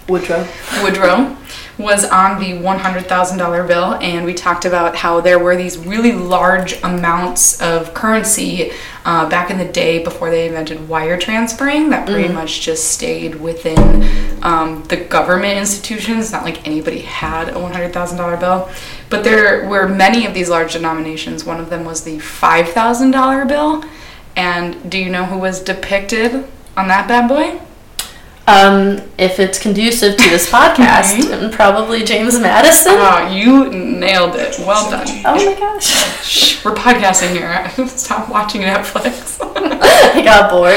S2: Woodrow.
S1: Woodrow was on the $100,000 bill, and we talked about how there were these really large amounts of currency uh, back in the day before they invented wire transferring that pretty much just stayed within um, the government institutions. Not like anybody had a $100,000 bill, but there were many of these large denominations. One of them was the $5,000 bill, and do you know who was depicted on that bad boy?
S2: Um, if it's conducive to this podcast, and probably James Madison.
S1: Wow, Ah, you nailed it. Well done.
S2: Oh my gosh.
S1: Shh, we're podcasting here. Stop watching Netflix.
S2: I got bored.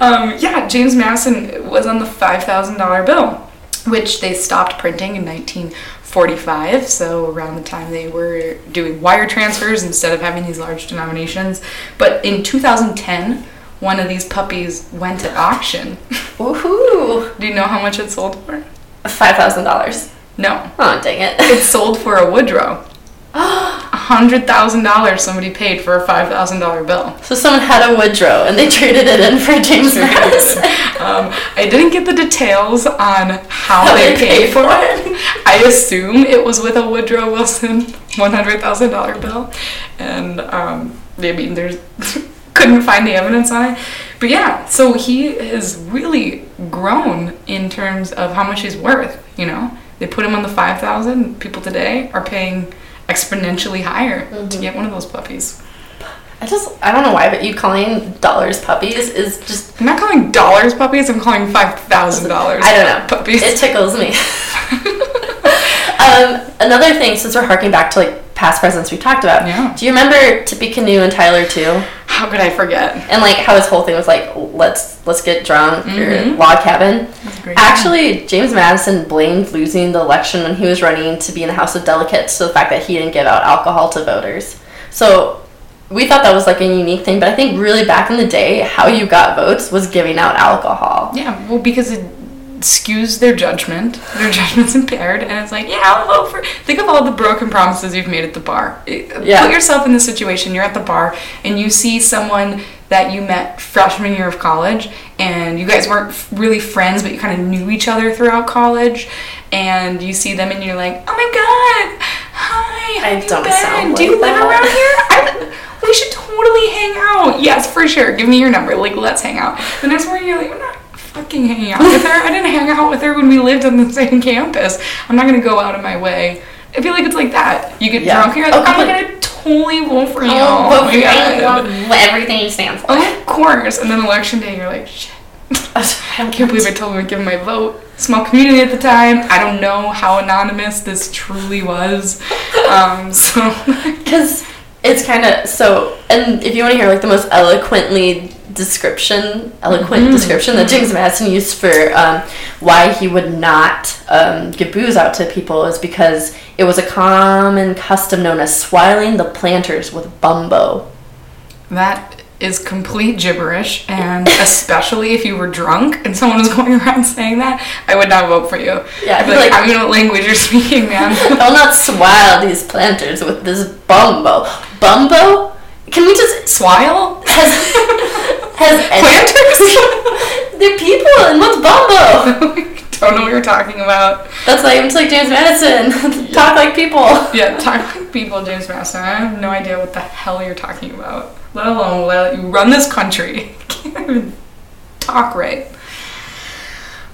S1: um, yeah, James Madison was on the $5,000 bill, which they stopped printing in 1945. So, around the time they were doing wire transfers instead of having these large denominations. But in 2010, one of these puppies went to auction.
S2: Woohoo!
S1: Do you know how much it sold for?
S2: Five thousand dollars.
S1: No.
S2: Oh dang it.
S1: It sold for a Woodrow. $100,000 somebody paid for a $5,000 bill.
S2: So someone had a Woodrow and they traded it in for James Madison.
S1: Um, I didn't get the details on how,
S2: How
S1: they,
S2: they
S1: paid
S2: paid
S1: for
S2: for
S1: it. I assume it was with a Woodrow Wilson $100,000 bill. And um, I mean, there's couldn't find the evidence on it. But yeah, so he has really grown in terms of how much he's worth, you know? They put him on the 5,000. People today are paying exponentially higher to get one of those puppies.
S2: I just I don't know why, but you calling dollars puppies is just
S1: I'm not calling dollars puppies, I'm calling $5,000
S2: I don't know.
S1: puppies.
S2: It tickles me. um, another thing, since we're harking back to like past presents we talked about,
S1: Yeah.
S2: do you remember Tippy Canoe and Tyler too?
S1: How could I forget?
S2: and like how his whole thing was like let's let's get drunk
S1: Mm-hmm.
S2: or log cabin
S1: great.
S2: actually james madison blamed losing the election when he was running to be in the house of delegates so the fact that he didn't give out alcohol to voters so we thought that was like a unique thing but i think really back in the day how you got votes was giving out alcohol
S1: Yeah, well, because it skews their judgment. Their judgment's impaired, and it's like, yeah, I'll vote for. Think of all the broken promises you've made at the bar. It-
S2: Yeah.
S1: Put yourself in this situation. You're at the bar, and you see someone that you met freshman year of college, and you guys weren't f- really friends, but you kind of knew each other throughout college, and you see them, and you're like, oh my god, hi, how
S2: I
S1: have you
S2: don't
S1: been?
S2: sound
S1: Do you
S2: like
S1: live
S2: that."
S1: around here? I, we should totally hang out. Yes, for sure. Give me your number. Like, let's hang out. The next morning, you're like, I'm not fucking hanging out with her. I didn't hang out with her when we lived on the same campus. I'm not gonna go out of my way. I feel like it's like that. You get
S2: Yeah.
S1: drunk, you're like,
S2: Oh,
S1: I'm
S2: complete-
S1: gonna totally vote for you. my
S2: Oh, but we
S1: God.
S2: everything he stands for.
S1: Of course. And then election day, you're like, shit.
S2: I
S1: I can't believe I told him to give him my vote. Small community at the time. I don't know how anonymous this truly was. Um, so
S2: because it's kind of so and if you want to hear like the most eloquently description eloquent description that james madison used for um, why he would not um, give booze out to people is because it was a common custom known as swiling the planters with bumbo
S1: That is complete gibberish, and especially if you were drunk and someone was going around saying that, I would not vote for you.
S2: Yeah,
S1: I'd be
S2: I'd be
S1: like,
S2: like-
S1: I'm gonna language you're speaking, man.
S2: i'll not swile these planters with this bumbo bumbo can we just
S1: Swile?
S2: has has planters they're people and what's bumbo
S1: Don't know what you're talking about.
S2: That's like I'm just like James Madison. Talk like people.
S1: Yeah, talk like people, James Madison. I have no idea what the hell you're talking about. Let alone let you run this country. Can't even talk right.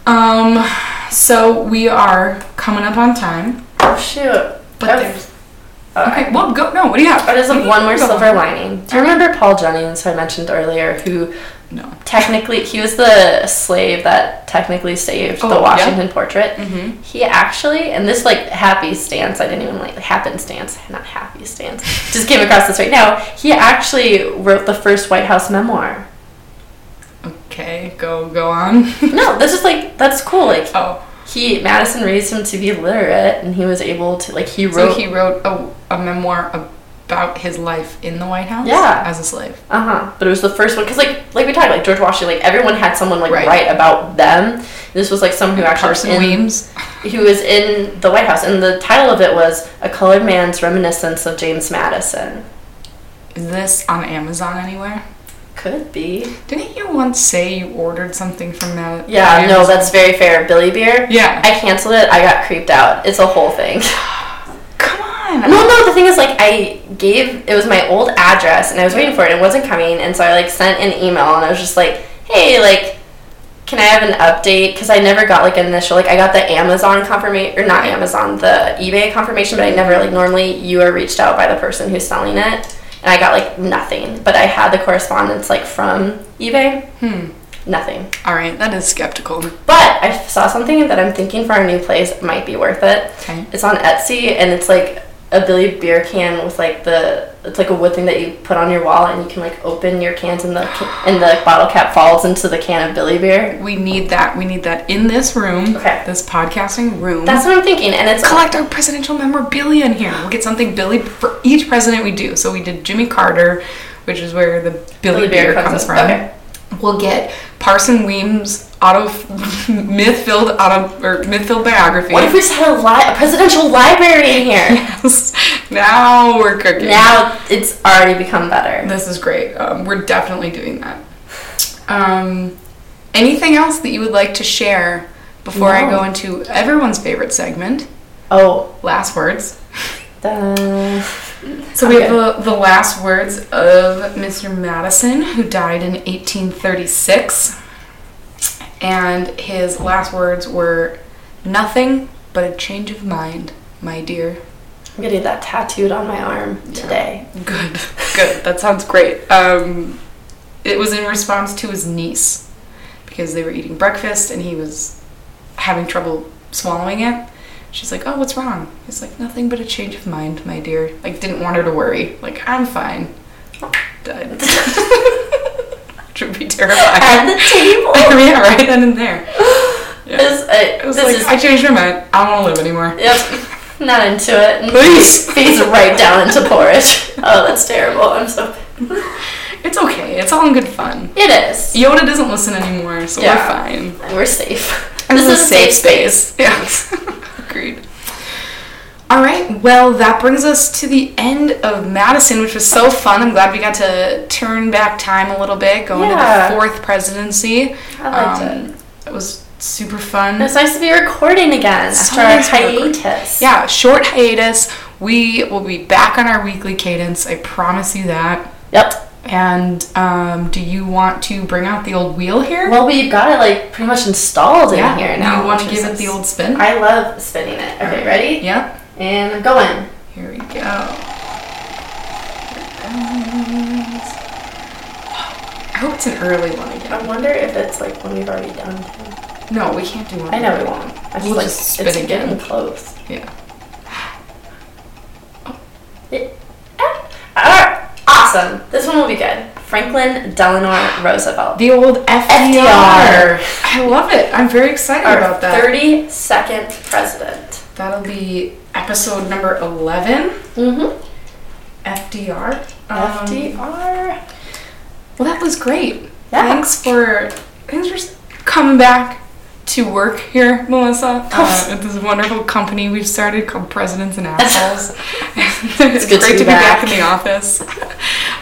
S1: Um, so we are coming up on time,
S2: Oh shoot.
S1: but
S2: That
S1: there's
S2: was-
S1: okay. Well, go. No, what do you have?
S2: Oh, there's
S1: What do
S2: a
S1: you
S2: one more
S1: have?
S2: silver lining. Do you remember Paul Jennings, who I mentioned earlier, who
S1: No.
S2: technically he was the slave that technically saved
S1: Oh,
S2: the
S1: yeah.
S2: Washington portrait.
S1: Mhm.
S2: He actually, and this like happy stance, I didn't even like happen stance, not happy stance. Just came across this right now. He actually wrote the first White House memoir.
S1: Okay, go go on.
S2: No, that's just like that's cool. Like
S1: oh,
S2: he Madison raised him to be literate, and he was able to like he
S1: so
S2: wrote.
S1: he wrote a, a memoir about his life in the White House.
S2: Yeah.
S1: as a slave.
S2: Uh huh. But it was the first one because, like, like we talked, like George Washington, like everyone had someone like
S1: Right.
S2: write about them. This was like someone who actually was
S1: Carson
S2: in-
S1: Weems.
S2: who was in the White House, and the title of it was "A Colored Man's Reminiscence of James Madison."
S1: Is this on Amazon anywhere?
S2: Could be.
S1: Didn't you once say you ordered something from that?
S2: Yeah.
S1: from
S2: No,
S1: Amazon?
S2: that's very fair. Billy Beer.
S1: Yeah.
S2: I canceled it. I got creeped out. It's a whole thing.
S1: Come on.
S2: No, no. The thing is, like, I gave it was my old address, and I was waiting for it. and It wasn't coming, and so I like sent an email, and I was just like, "Hey, like, can I have an update?" Because I never got like an initial. Like, I got the Amazon confirmation, or not Amazon, the eBay confirmation, but I never like normally you are reached out by the person who's selling it, and I got like nothing. But I had the correspondence like from eBay.
S1: Hmm.
S2: Nothing.
S1: All right, that is skeptical.
S2: But I saw something that I'm thinking for our new place might be worth it.
S1: Okay.
S2: It's on Etsy and it's like a Billy beer can with like the it's like a wood thing that you put on your wall and you can like open your cans and the ca- and the bottle cap falls into the can of Billy beer.
S1: We need that. We need that in this room.
S2: Okay.
S1: This podcasting room.
S2: That's what I'm thinking and it's
S1: collect our presidential memorabilia in here. We'll get something Billy for each president we do. So we did Jimmy Carter, which is where the Billy,
S2: Billy Bear
S1: Bear comes
S2: comes in.
S1: from.
S2: Okay.
S1: We'll get Parson Weems' auto myth-filled auto or myth-filled biography.
S2: what if we just had a li- a presidential library in here?
S1: now we're cooking.
S2: now it's already become better.
S1: This is great. Um, we're definitely doing that. Um, anything else that you would like to share before I
S2: No.
S1: go into everyone's favorite segment,
S2: Oh,
S1: last words?
S2: the
S1: So we
S2: Okay.
S1: have the, the last words of Mr. Madison, who died in 1836. And his last words were nothing but a change of mind, my dear.
S2: I'm getting that tattooed on my arm today.
S1: Good, good. That sounds great. Um, it was in response to his niece because they were eating breakfast and he was having trouble swallowing it. She's like, "Oh, what's wrong?" He's like, "Nothing but a change of mind, my dear." Like, didn't want her to worry. Like, I'm fine. Died. Which would be
S2: At
S1: terrifying.
S2: the table.
S1: yeah, right then and there. Yeah.
S2: This, I,
S1: It was
S2: this
S1: like,
S2: is
S1: I changed my mind. I don't want to live anymore.
S2: Yep. Not into it. And
S1: Please.
S2: Fades right down into porridge. Oh, that's terrible. I'm so.
S1: It's okay. It's all in good fun.
S2: It is.
S1: Yoda doesn't listen anymore, so
S2: Yeah.
S1: we're fine.
S2: And we're safe.
S1: This, is a safe space. Yeah. Agreed. All right. Well, that brings us to the end of Madison, which was so fun. I'm glad we got to turn back time a little bit, go
S2: Yeah.
S1: into the fourth presidency.
S2: I liked
S1: it. It was super fun.
S2: And it's nice to be recording again
S1: So
S2: after our
S1: nice to record.
S2: hiatus.
S1: Yeah, short hiatus. We will be back on our weekly cadence. I promise you that.
S2: Yep.
S1: And um, do you want to bring out the old wheel here?
S2: Well, we've got it like pretty much installed in here now.
S1: You want to
S2: which
S1: give it
S2: is-
S1: the old spin?
S2: I love spinning it. Okay, ready?
S1: yep.
S2: And I'm going.
S1: Here we go. Here it goes. I hope it's an early one again.
S2: I wonder if it's like one we've already done.
S1: No, we can't do one.
S2: I know we
S1: early.
S2: won't. I
S1: We'll
S2: like,
S1: just spin
S2: it's
S1: again.
S2: getting close.
S1: Yeah.
S2: Ah, awesome. This one will be good. Franklin Delano Roosevelt.
S1: The old FDR.
S2: FDR.
S1: I love it. I'm very excited
S2: Our
S1: about that.
S2: 32nd president.
S1: That'll be episode number 11.
S2: Mm-hmm.
S1: FDR. Um,
S2: FDR.
S1: Well, that was great.
S2: Yeah.
S1: Thanks for thanks for s- coming back to work here, Melissa. Uh, with this wonderful company we've started called Presidents and Assholes. it's
S2: good to
S1: great
S2: be
S1: to be back.
S2: back.
S1: in the office.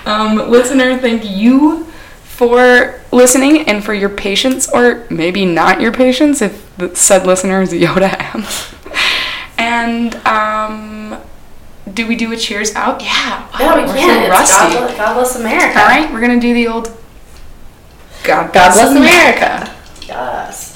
S1: Um, listener, thank you for listening and for your patience, or maybe not your patience, if the said listener is Yoda M. and um, do we do a cheers out? Yeah.
S2: No,
S1: Wow,
S2: we
S1: we're so
S2: can't. It's God, bless, God bless America.
S1: all right, we're gonna do the old God,
S2: God bless America. Yes.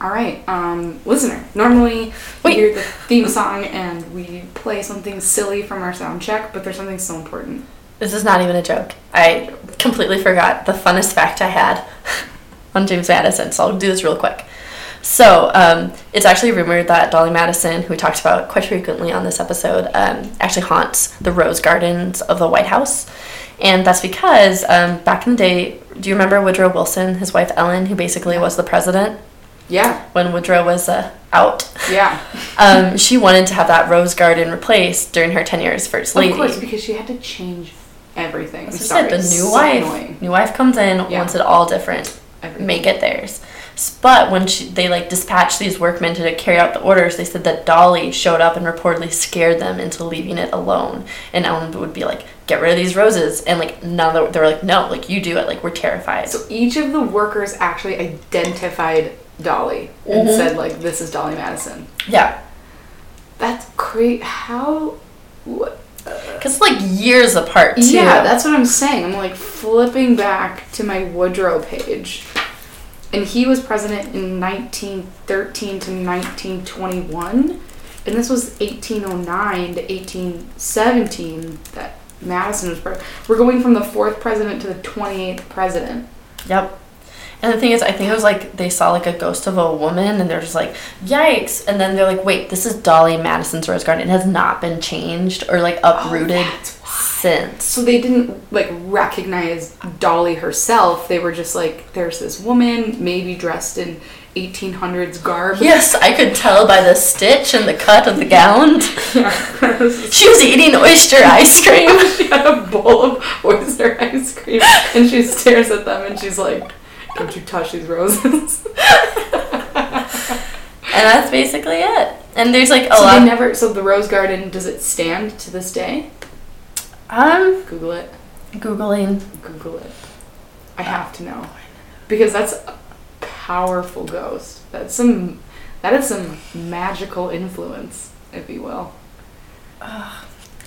S1: All right, um, listener. Normally, we
S2: Wait.
S1: hear the theme song and we play something silly from our sound check, but there's something so important.
S2: This is not even a joke. I completely forgot the funnest fact I had on James Madison, so I'll do this real quick. So, um, it's actually rumored that Dolly Madison, who we talked about quite frequently on this episode, um, actually haunts the rose gardens of the White House. And that's because um, back in the day, do you remember Woodrow Wilson, his wife Ellen, who basically was the president
S1: Yeah,
S2: when Woodrow was uh, out?
S1: yeah.
S2: Um, she wanted to have that rose garden replaced during her tenure as first lady.
S1: Of course, because she had to change everything. I'm
S2: As I
S1: sorry,
S2: said, the
S1: it's
S2: new
S1: so
S2: wife,
S1: annoying.
S2: new wife comes in,
S1: Yeah.
S2: wants it all different,
S1: Everything.
S2: make it theirs. S- But when she, they like dispatched these workmen to carry out the orders, they said that Dolly showed up and reportedly scared them into leaving it alone. And Ellen would be like, "Get rid of these roses," and like none of the, they were like, "No, like you do it. Like we're terrified."
S1: So each of the workers actually identified Dolly and
S2: Mm-hmm.
S1: said, like, this is Dolly Madison.
S2: yeah,
S1: That's great. How? What?
S2: because like years apart too.
S1: Yeah, that's what I'm saying. I'm like flipping back to my Woodrow page. And he was president in 1913 to 1921. And this was 1809 to 1817 that Madison was president. We're going from the fourth president to the 28th president.
S2: Yep. And the thing is, I think it was like they saw like a ghost of a woman, and they're just like, "Yikes!" And then they're like, "Wait, this is Dolly Madison's rose garden. It has not been changed or like uprooted
S1: Oh, that's why.
S2: since."
S1: So they didn't like recognize Dolly herself. They were just like, there's this woman, maybe dressed in 1800s garb.
S2: Yes, I could tell by the stitch and the cut of the gown. she was eating oyster ice cream.
S1: she had a bowl of oyster ice cream and she stares at them and she's like, Don't you touch these roses.
S2: and that's basically it. And there's like a
S1: so
S2: lot.
S1: they never so the rose garden does it stand to this day?
S2: um,
S1: Google it.
S2: googling.
S1: Google it. I have to know. Because that's a powerful ghost. That's some that is some magical influence, if you will.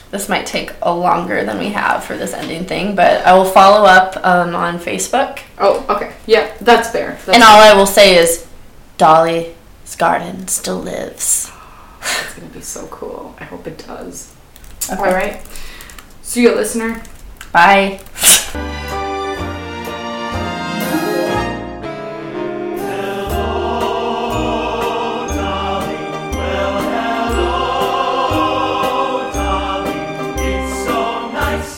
S2: This might take a longer than we have for this ending thing, but I will follow up um, on Facebook.
S1: Oh, okay. Yeah, that's fair. That's
S2: And all I will say is, Dolly's garden still lives.
S1: It's gonna be so cool. I hope it does. All right. So, you listener,
S2: Bye.
S3: It's so nice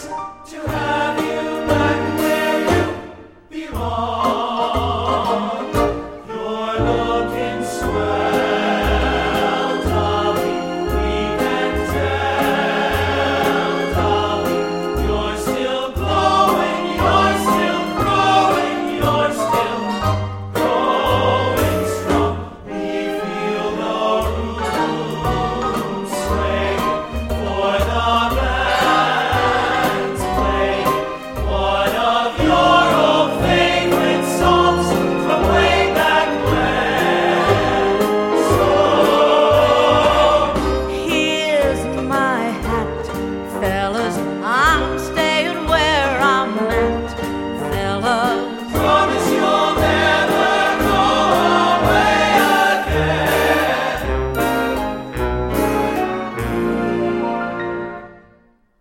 S3: to have you back where you belong. You're looking swell, Dolly. We can tell, Dolly. You're still glowing, you're still growing, you're still growing strong. We feel the room swaying for the band's playing one of your old favorite songs from way back when. So
S4: Here's my hat, fellas. I'm staying where I'm at, fellas.
S3: promise you'll never go away again.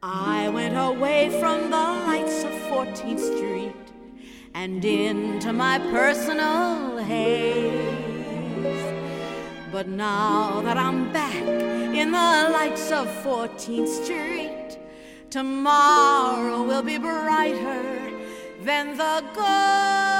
S4: I went away from the lights of 14th Street and into my personal haze. But now that I'm back in the lights of 14th Street, tomorrow will be brighter than the gold.